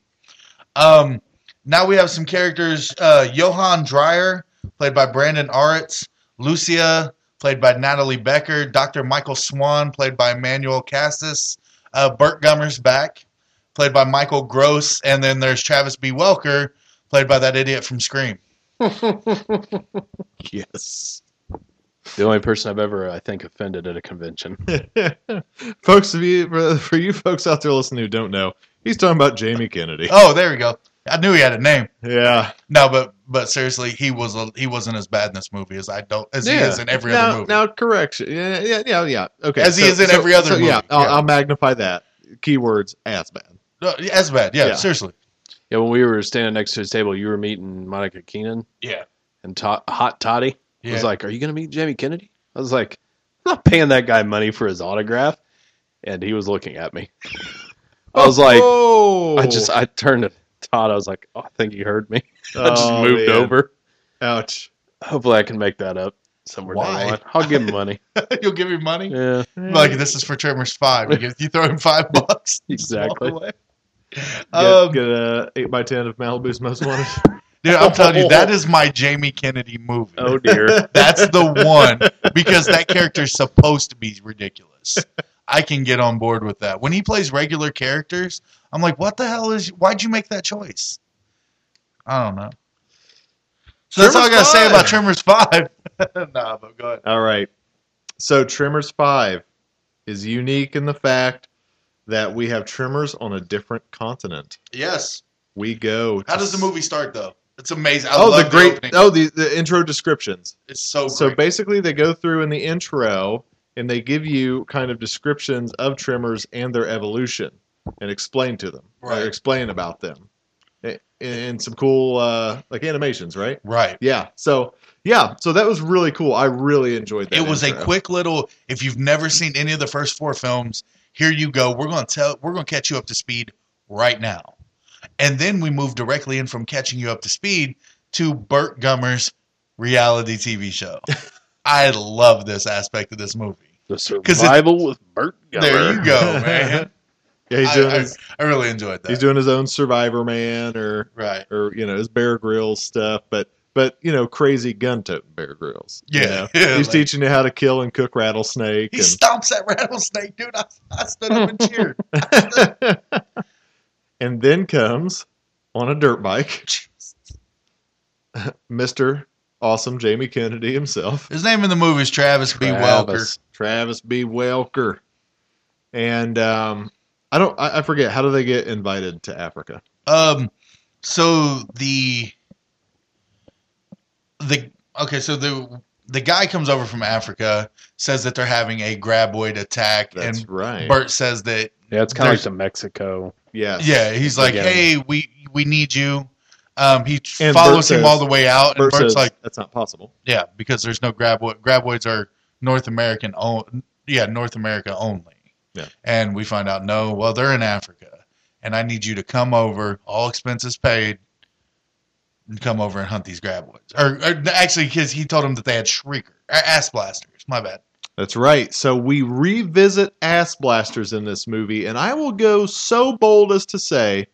Speaker 7: Um, now we have some characters: uh, Johan Dreyer, played by Brandon Aritz, Lucia, played by Natalie Becker, Dr. Michael Swan, played by Emmanuel Cassis, uh, Burt Gummer's back, played by Michael Gross, and then there's Travis B. Welker, played by that idiot from Scream.
Speaker 6: Yes.
Speaker 8: The only person I've ever, I think, offended at a convention.
Speaker 6: folks, if you, for, for you folks out there listening who don't know, he's talking about Jamie Kennedy.
Speaker 7: Oh, there we go. I knew he had a name.
Speaker 6: Yeah.
Speaker 7: No, but but seriously, he was a, he wasn't as bad in this movie as I don't as he
Speaker 6: Yeah.
Speaker 7: is in every
Speaker 6: now,
Speaker 7: other movie.
Speaker 6: Now, correction. Yeah, yeah, yeah. yeah. Okay.
Speaker 7: As he is in every other movie.
Speaker 6: Yeah, I'll,
Speaker 7: Yeah.
Speaker 6: I'll magnify that. Keywords as bad.
Speaker 7: No, as bad, yeah,
Speaker 6: Yeah.
Speaker 7: seriously.
Speaker 8: Yeah, when we were standing next to his table, you were meeting Monica Keenan
Speaker 7: Yeah.
Speaker 8: and to- Hot Toddy.
Speaker 7: Yeah.
Speaker 8: was like, "Are you going to meet Jamie Kennedy?" I was like, "I'm not paying that guy money for his autograph," and he was looking at me. I was like,
Speaker 6: oh,
Speaker 8: I just I turned to Todd. I was like, "Oh, I think he heard me."
Speaker 6: oh,
Speaker 8: I just moved
Speaker 6: man.
Speaker 8: over.
Speaker 6: Ouch.
Speaker 8: Hopefully, I can make that up somewhere. down the
Speaker 7: Why?
Speaker 8: line. I'll give him money.
Speaker 7: You'll give him money?
Speaker 8: yeah,
Speaker 7: Like this is for Tremors five. You, give- you throw him five bucks. just walk
Speaker 8: Exactly.
Speaker 7: away.
Speaker 6: Get,
Speaker 7: Um,
Speaker 6: get a eight by ten of Malibu's most wanted.
Speaker 7: dude, I'm telling you, that is my Jamie Kennedy movie.
Speaker 8: Oh dear.
Speaker 7: That's the one because that character's supposed to be ridiculous. I can get on board with that. When he plays regular characters, I'm like, what the hell is? Why'd you make that choice? I don't know. So that's all I gotta
Speaker 6: Tremors
Speaker 7: say about
Speaker 6: 5.
Speaker 7: Tremors Five. nah, but go ahead.
Speaker 6: All right. So Trimmers Five is unique in the fact that we have Trimmers on a different continent.
Speaker 7: Yes.
Speaker 6: We go.
Speaker 7: How
Speaker 6: to
Speaker 7: does the
Speaker 6: s-
Speaker 7: movie start though? It's amazing. I
Speaker 6: Oh,
Speaker 7: love
Speaker 6: the great.
Speaker 7: opening.
Speaker 6: oh, the the intro descriptions.
Speaker 7: it's so great.
Speaker 6: So basically, they go through in the intro and they give you kind of descriptions of trimmers and their evolution and explain to them,
Speaker 7: Right.
Speaker 6: or explain about them, A- and some cool uh, like animations, right?
Speaker 7: right.
Speaker 6: Yeah. So yeah, so that was really cool. I really enjoyed that.
Speaker 7: it was a
Speaker 6: intro.
Speaker 7: quick little if you've never seen any of the first four films here you go we're going to tell we're going to catch you up to speed right now and then we move directly in from catching you up to speed to burt gummer's reality tv show i love this aspect of this movie
Speaker 8: the
Speaker 7: it-
Speaker 8: survival with Bert. Gummer.
Speaker 7: there you go man
Speaker 6: Yeah, he's doing
Speaker 7: I, I,
Speaker 6: his,
Speaker 7: I really enjoyed that
Speaker 6: he's doing his own Survivor Man or
Speaker 7: right
Speaker 6: or you know his Bear Grylls stuff, but but you know crazy gun toting Bear Grylls. you
Speaker 7: Yeah,
Speaker 6: know?
Speaker 7: yeah,
Speaker 6: he's
Speaker 7: like-
Speaker 6: teaching you how to kill and cook rattlesnake.
Speaker 7: he
Speaker 6: and,
Speaker 7: stomps that rattlesnake dude i, I stood up and cheered
Speaker 6: and then comes on a dirt bike, Mr. Awesome Jamie Kennedy himself,
Speaker 7: his name in the movie is travis, b welker
Speaker 8: Travis.
Speaker 6: Travis B. Welker. And um, I don't, I, I forget, how do they get invited to Africa?
Speaker 7: Um, so the the okay, so the the guy comes over from Africa, says that they're having a graboid attack,
Speaker 6: That's
Speaker 7: and
Speaker 6: right.
Speaker 7: Bert says that
Speaker 8: Yeah, it's kind of like
Speaker 7: There's-
Speaker 8: the Mexico.
Speaker 6: yes.
Speaker 7: yeah, he's like,
Speaker 8: Again.
Speaker 7: hey, we we need you. Um, he tr-
Speaker 6: And
Speaker 7: follows
Speaker 6: Bert
Speaker 7: him
Speaker 6: says-
Speaker 7: all the way out, and
Speaker 6: Bert
Speaker 7: Bert's
Speaker 6: says,
Speaker 7: like,
Speaker 6: that's not possible.
Speaker 7: yeah, because there's no graboid. Graboids are North American on, yeah, North America only.
Speaker 6: Yeah.
Speaker 7: And we find out no, well, they're in Africa, and I need you to come over, all expenses paid, and come over and hunt these graboids. Or, or actually, because he told him that they had shrieker, or ass blasters. My bad.
Speaker 6: That's right. So we revisit ass blasters in this movie, and I will go so bold as to say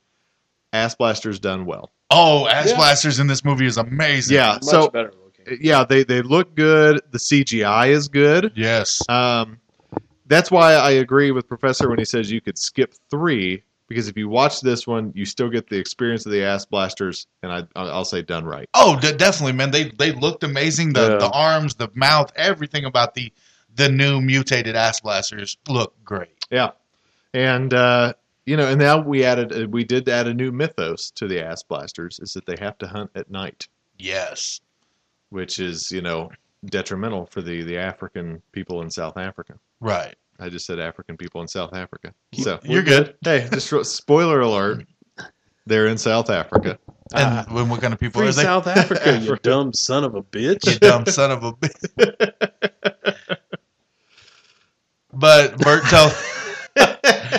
Speaker 6: ass blasters done well.
Speaker 7: Oh, ass
Speaker 8: Yeah.
Speaker 7: blasters in this movie is amazing.
Speaker 6: Yeah.
Speaker 8: Much
Speaker 6: so uh,
Speaker 8: better looking.
Speaker 6: yeah, they they look good. The CGI is good.
Speaker 7: Yes.
Speaker 6: Um, that's why I agree with Professor when he says you could skip three because if you watch this one, you still get the experience of the ass blasters, and I I'll say done right.
Speaker 7: Oh, de- definitely, man. They they looked amazing. The
Speaker 8: Yeah.
Speaker 7: the arms, the mouth, everything about the the new mutated ass blasters looked great.
Speaker 6: Yeah, and uh, you know, and now we added uh, we did add a new mythos to the ass blasters is that they have to hunt at night,
Speaker 7: Yes.
Speaker 6: which is you know detrimental for the the African people in South Africa.
Speaker 7: Right.
Speaker 6: I just said African people in South Africa. So
Speaker 7: You're good.
Speaker 6: Hey, just real- spoiler alert. They're in South Africa.
Speaker 7: And when what kind of people
Speaker 8: Free
Speaker 7: are they?
Speaker 8: South Africa, you dumb son of a bitch.
Speaker 7: You dumb son of a bitch. but Bert tells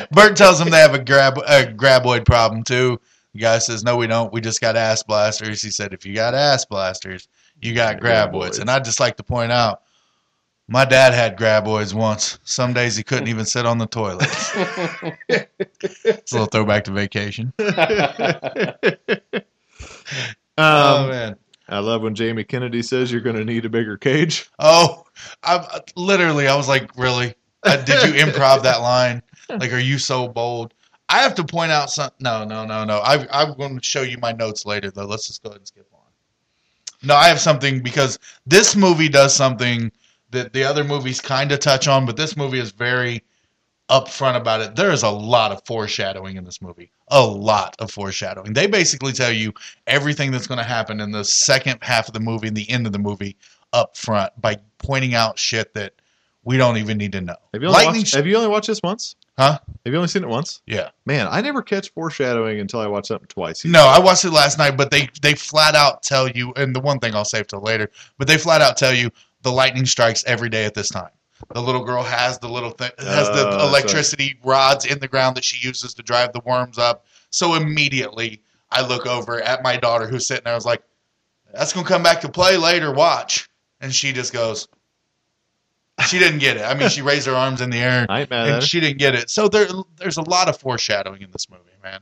Speaker 7: Bert tells him they have a grab a graboid problem too. The guy says, "No, we don't. We just got ass blasters." He said, "If you got ass blasters, you got graboids." And I'd just like to point out, my dad had graboids once. Some days he couldn't even sit on the toilet. it's a little throwback to vacation. oh
Speaker 6: Um,
Speaker 7: man.
Speaker 6: I love when Jamie Kennedy says you're going to need a bigger cage.
Speaker 7: Oh, I literally, I was like, really? Uh, did you improv that line? Like, are you so bold? I have to point out some. No, no, no, no. I, I'm going to show you my notes later, though. Let's just go ahead and skip on. No, I have something because this movie does something that the other movies kind of touch on, but this movie is very upfront about it. There is a lot of foreshadowing in this movie. A lot of foreshadowing. They basically tell you everything that's going to happen in the second half of the movie and the end of the movie up front by pointing out shit that we don't even need to know.
Speaker 6: Have you only,
Speaker 7: Lightning
Speaker 6: watched, have you only watched this once?
Speaker 7: Huh?
Speaker 6: Have you only seen it once?
Speaker 7: Yeah.
Speaker 6: Man, I never catch foreshadowing until I watch something twice.
Speaker 7: No, I watched it last night, but they they flat out tell you, and the one thing I'll save till later, but they flat out tell you the lightning strikes every day at this time. The little girl has the little thing has
Speaker 6: Oh, that's
Speaker 7: the
Speaker 6: right.
Speaker 7: electricity rods in the ground that she uses to drive the worms up. So immediately I look over at my daughter who's sitting there. I was like, "That's gonna come back to play later. Watch." And she just goes. She didn't get it. I mean, she raised her arms in the air
Speaker 6: I ain't mad
Speaker 7: and
Speaker 6: at it.
Speaker 7: she didn't get it. So there, there's a lot of foreshadowing in this movie, man.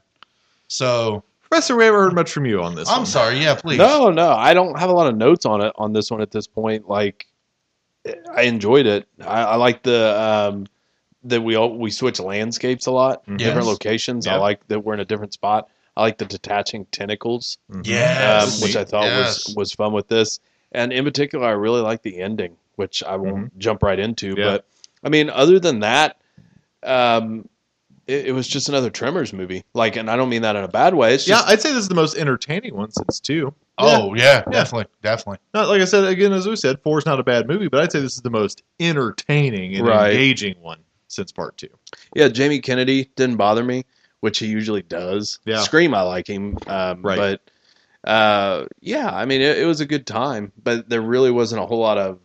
Speaker 7: So
Speaker 6: Professor, we haven't heard much from you on this.
Speaker 7: I'm
Speaker 6: one.
Speaker 7: sorry. Yeah, please.
Speaker 8: No, Oh, no, I don't have a lot of notes on it on this one at this point. Like, I enjoyed it. I, I like the um, that we all we switch landscapes a lot,
Speaker 6: Mhm.
Speaker 7: Yes.
Speaker 8: different locations. I
Speaker 6: Yep.
Speaker 8: like that we're in a different spot. I like the detaching tentacles,
Speaker 6: Mhm.
Speaker 8: um,
Speaker 7: Yes.
Speaker 8: which I thought
Speaker 7: Yes.
Speaker 8: was was fun with this. And in particular, I really like the ending, which I won't jump right into.
Speaker 6: Yeah.
Speaker 8: But I mean, other than that, um, it, it was just another Tremors movie. Like, and I don't mean that in a bad way. It's
Speaker 6: Yeah,
Speaker 8: just
Speaker 6: I'd say this is the most entertaining one since two.
Speaker 7: Oh yeah, definitely, definitely.
Speaker 6: Not like I said again, as we said, four is not a bad movie, but I'd say this is the most entertaining and
Speaker 8: Right.
Speaker 6: engaging one since part two.
Speaker 8: Yeah, Jamie Kennedy didn't bother me, which he usually does.
Speaker 6: Yeah.
Speaker 8: Scream, I like him. Um,
Speaker 6: Right.
Speaker 8: But uh, yeah, I mean, it, it was a good time, but there really wasn't a whole lot of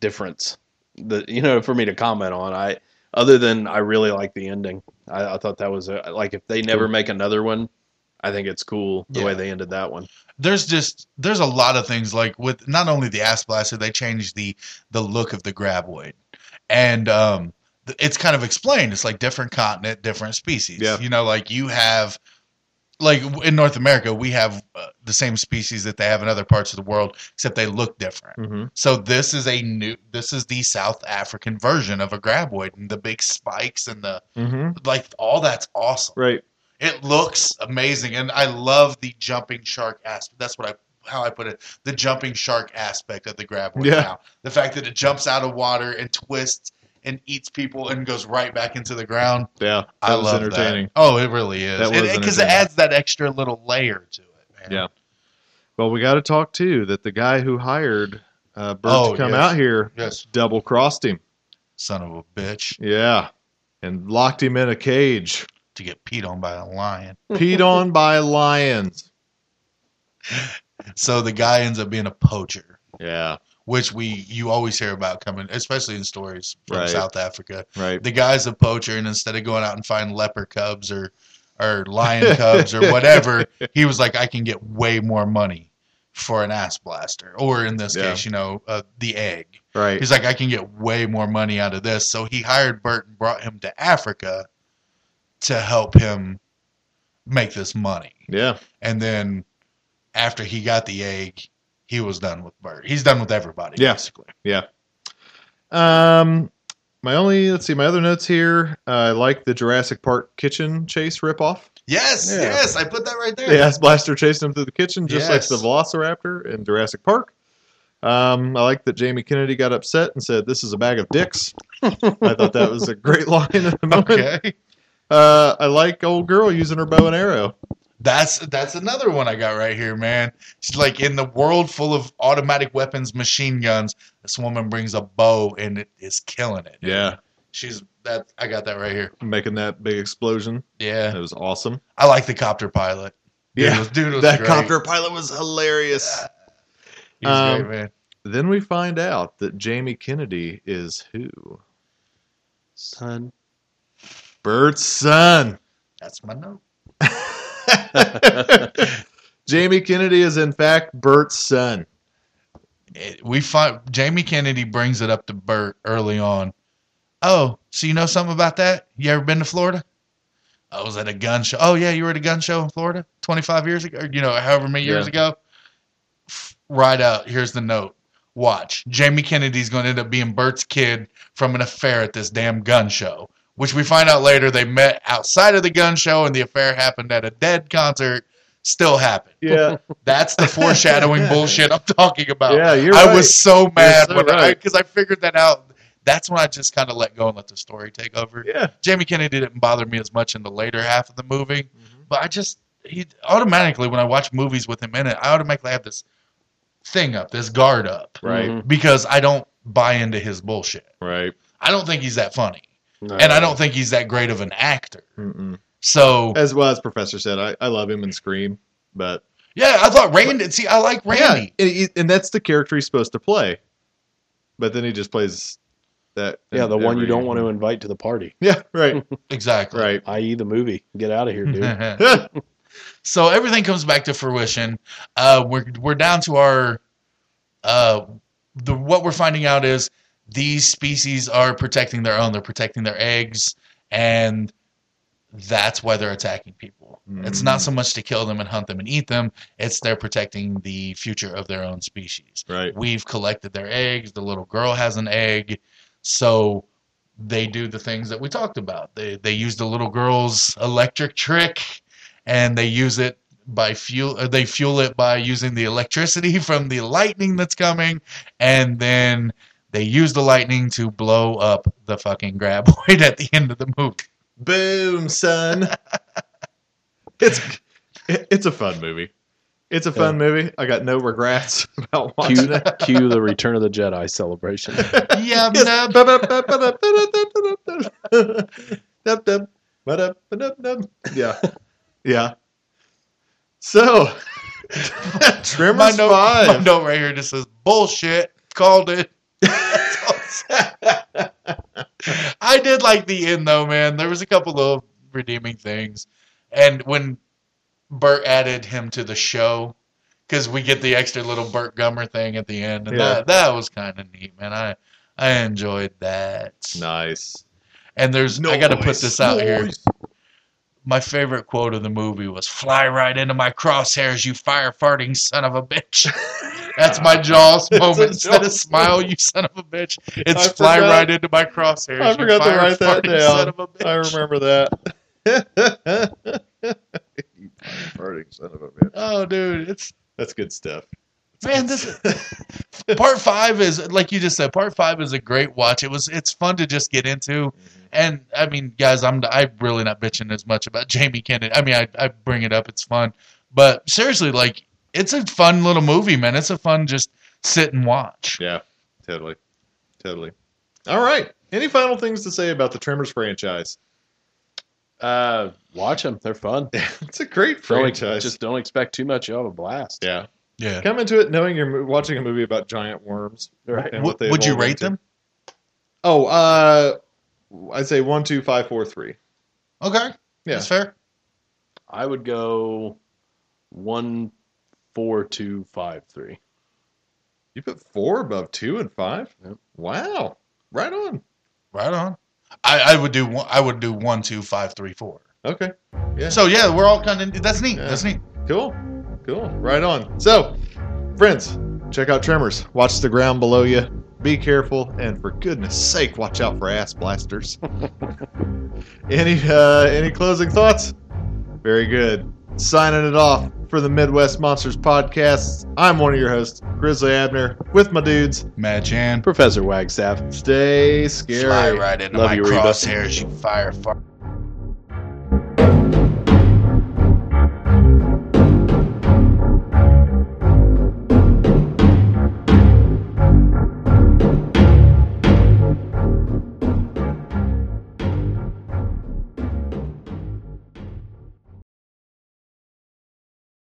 Speaker 8: difference that you know for me to comment on. I other than I really like the ending. I, I thought that was a, like if they never make another one, I think it's cool the
Speaker 7: Yeah.
Speaker 8: way they ended that one.
Speaker 7: There's just there's a lot of things like with not only the ass blaster, they changed the the look of the graboid, and um, th- it's kind of explained. It's like different continent, different species.
Speaker 6: Yeah.
Speaker 7: You know, like you have like w- in North America, we have uh, the same species that they have in other parts of the world, except they look different.
Speaker 6: Mm-hmm.
Speaker 7: So this is a new this is the South African version of a graboid and the big spikes and the
Speaker 6: Mm-hmm.
Speaker 7: like all that's awesome.
Speaker 6: Right.
Speaker 7: It looks amazing, and I love the jumping shark aspect. That's what I how I put it. The jumping shark aspect of the graboid.
Speaker 6: Yeah.
Speaker 7: Now. The fact that it jumps out of water and twists and eats people and goes right back into the ground.
Speaker 6: Yeah. That
Speaker 7: I
Speaker 6: was
Speaker 7: love
Speaker 6: entertaining.
Speaker 7: that. Oh, it really is.
Speaker 6: That was
Speaker 7: Because it,
Speaker 6: entertaining.
Speaker 7: adds that extra little layer to it, man.
Speaker 6: Yeah. Well, we got to talk too that the guy who hired uh, Bert
Speaker 7: Oh,
Speaker 6: to come
Speaker 7: yes.
Speaker 6: out here
Speaker 7: Yes.
Speaker 6: double crossed him.
Speaker 7: Son of a bitch
Speaker 6: Yeah. And locked him in a cage,
Speaker 7: to get peed on by a lion.
Speaker 6: peed on by lions.
Speaker 7: So the guy ends up being a poacher.
Speaker 6: Yeah.
Speaker 7: which we you always hear about coming, especially in stories from
Speaker 6: Right.
Speaker 7: South Africa.
Speaker 6: Right.
Speaker 7: The guy's a poacher, and instead of going out and find leopard cubs or or lion cubs or whatever, he was like, I can get way more money for an ass blaster, or in this
Speaker 6: Yeah.
Speaker 7: case, you know, uh, the egg.
Speaker 6: Right.
Speaker 7: He's like, I can get way more money out of this. So he hired Bert and brought him to Africa to help him make this money.
Speaker 6: Yeah.
Speaker 7: And then after he got the egg, he was done with Bert. He's done with everybody,
Speaker 6: Yeah.
Speaker 7: basically.
Speaker 6: Um, my only let's see my other notes here. Uh, I like the Jurassic Park kitchen chase ripoff.
Speaker 7: Yes,
Speaker 6: Yeah.
Speaker 7: yes, I put that right there.
Speaker 6: The ass blaster chasing him through the kitchen, just
Speaker 7: Yes.
Speaker 6: like the Velociraptor in Jurassic Park. Um, I like that Jamie Kennedy got upset and said, "This is a bag of dicks." I thought that was a great line at the moment.
Speaker 7: Okay.
Speaker 6: Uh, I like old girl using her bow and arrow.
Speaker 7: That's that's another one I got right here, man. She's like in the world full of automatic weapons, machine guns. This woman brings a bow and it is killing it.
Speaker 6: Yeah,
Speaker 7: She's that I got that right here.
Speaker 6: making that big explosion. That
Speaker 7: Yeah.
Speaker 6: was awesome.
Speaker 7: I like the copter pilot. Dude
Speaker 6: Yeah,
Speaker 7: was, dude was
Speaker 6: that
Speaker 7: great.
Speaker 6: copter pilot was hilarious.
Speaker 7: He was
Speaker 6: Um,
Speaker 7: great, man.
Speaker 6: Then we find out that Jamie Kennedy is who?
Speaker 8: Son,
Speaker 6: Bird's son.
Speaker 7: That's my note.
Speaker 6: Jamie Kennedy is in fact Bert's son.
Speaker 7: It, we find Jamie Kennedy brings it up to Bert early on. Oh, so you know something about that? You ever been to Florida? I was at a gun show. Oh yeah, you were at a gun show in Florida 25 years ago, or, you know, however many years
Speaker 8: Yeah.
Speaker 7: ago. F- Right out. Here's the note. Watch. Jamie Kennedy's going to end up being Bert's kid from an affair at this damn gun show, which we find out later they met outside of the gun show and the affair happened at a dead concert. Still happened.
Speaker 6: Yeah,
Speaker 7: That's the foreshadowing bullshit I'm talking about.
Speaker 6: yeah, you're
Speaker 7: I
Speaker 6: right.
Speaker 7: was so mad
Speaker 6: so
Speaker 7: when I
Speaker 6: right.
Speaker 7: because I figured that out. That's when I just kind of let go and let the story take over.
Speaker 6: yeah.
Speaker 7: Jamie Kennedy didn't bother me as much in the later half of the movie,
Speaker 6: Mm-hmm.
Speaker 7: but I just he automatically when I watch movies with him in it, I automatically have this thing up, this guard up,
Speaker 6: Right.
Speaker 8: Mhm.
Speaker 7: because I don't buy into his bullshit.
Speaker 8: Mm-hmm.
Speaker 6: Right.
Speaker 7: I don't think he's that funny,
Speaker 8: No.
Speaker 7: and I don't think he's that great of an actor.
Speaker 6: Mm-mm.
Speaker 7: So
Speaker 6: As well as Professor said, I, I love him in Scream, but
Speaker 7: yeah, I thought Randy. See, I like Randy.
Speaker 6: yeah, and, he- and that's the character he's supposed to play. But then he just plays that.
Speaker 8: Yeah,
Speaker 6: in
Speaker 8: the one you
Speaker 6: every-
Speaker 8: don't want to invite to the party,
Speaker 6: Yeah. Right.
Speaker 7: Exactly.
Speaker 6: right.
Speaker 8: i.e., the movie. Get out of here, dude.
Speaker 7: so everything comes back to fruition. Uh, we're we're down to our uh, the what we're finding out is these species are protecting their own. They're protecting their eggs, and that's why they're attacking people. It's not so much to kill them and hunt them and eat them. It's they're protecting the future of their own species.
Speaker 6: right.
Speaker 7: We've collected their eggs. The little girl has an egg. So they do the things that we talked about. They they use the little girl's electric trick and they use it by fuel or they fuel it by using the electricity from the lightning that's coming and then they use the lightning to blow up the fucking graboid at the end of the movie.
Speaker 6: Boom, son. it's it- it's a fun movie. It's a fun movie. I got no regrets about
Speaker 8: Cue,
Speaker 6: watching it.
Speaker 8: cue the Return of the Jedi celebration.
Speaker 7: Yum,
Speaker 6: Yes.
Speaker 7: nub.
Speaker 6: Dub, dub. Ba-dub, ba-dub, dub. Yeah. Yeah. So
Speaker 7: My
Speaker 6: Tremors
Speaker 7: note, my
Speaker 6: Five.
Speaker 7: note right here just says bullshit. Called it. That's all it said. I did like the end though, man. There was a couple of redeeming things, and when Bert added him to the show, because we get the extra little Bert Gummer thing at the end, and
Speaker 6: Yeah.
Speaker 7: that that was kind of neat, man. I I enjoyed that.
Speaker 6: Nice.
Speaker 7: And there's I gotta put
Speaker 6: Noise,
Speaker 7: this out here.
Speaker 6: noise.
Speaker 7: My favorite quote of the movie was "Fly right into my crosshairs, you fire farting son of a bitch." That's my Jaws
Speaker 6: It's a
Speaker 7: moment. Instead of
Speaker 6: Jaws
Speaker 7: smile, you son of a bitch. It's
Speaker 6: I
Speaker 7: fly
Speaker 6: forgot-
Speaker 7: right into my crosshairs.
Speaker 6: I
Speaker 7: you
Speaker 6: forgot to write that
Speaker 7: fire-farting son
Speaker 6: down.
Speaker 7: of a bitch.
Speaker 6: I remember that. You farting son of a bitch.
Speaker 7: Oh, dude, it's
Speaker 6: That's good stuff.
Speaker 7: man. This part five is like you just said. Part five is a great watch. It was. It's fun to just get into. And I mean, guys, I'm I'm really not bitching as much about Jamie Kennedy. I mean, I I bring it up. It's fun, but seriously, like it's a fun little movie, man. It's a fun just sit and watch.
Speaker 6: Yeah, totally. Totally. All right. Any final things to say about the Tremors franchise?
Speaker 8: Uh, watch them; they're fun.
Speaker 6: It's a great
Speaker 8: Don't,
Speaker 6: franchise.
Speaker 8: just don't expect too much. You'll have a blast.
Speaker 6: yeah.
Speaker 7: Yeah.
Speaker 6: Come into it knowing you're mo- watching a movie about giant worms.
Speaker 8: Right.
Speaker 6: and what
Speaker 7: Would
Speaker 6: they
Speaker 7: would you
Speaker 6: evolve
Speaker 7: rate
Speaker 6: into.
Speaker 7: them?
Speaker 6: Oh, uh, I'd say one, two, five, four, three.
Speaker 7: Okay.
Speaker 6: Yeah.
Speaker 7: That's fair.
Speaker 8: I would go one, four, two, five, three.
Speaker 6: You put four above two and five.
Speaker 8: Yep.
Speaker 6: Wow. Right on.
Speaker 7: Right on. I, I would do one. I would do one, two, five, three, four.
Speaker 6: Okay. Yeah.
Speaker 7: So yeah, we're all kind of. That's neat.
Speaker 6: Yeah.
Speaker 7: That's neat.
Speaker 6: Cool. Cool. Right on. So, friends, check out Tremors. Watch the ground below you. Be careful, and for goodness sake, watch out for ass blasters. any uh, any closing thoughts? Very good. Signing it off for the Midwest Monsters podcast. I'm one of your hosts, Grizzly Abner, with my dudes.
Speaker 7: Mad Chan.
Speaker 8: Professor Wagstaff.
Speaker 6: Stay scary.
Speaker 7: Fly right into
Speaker 8: Love
Speaker 7: my
Speaker 8: you, Reba.
Speaker 7: crosshairs, you fire fart.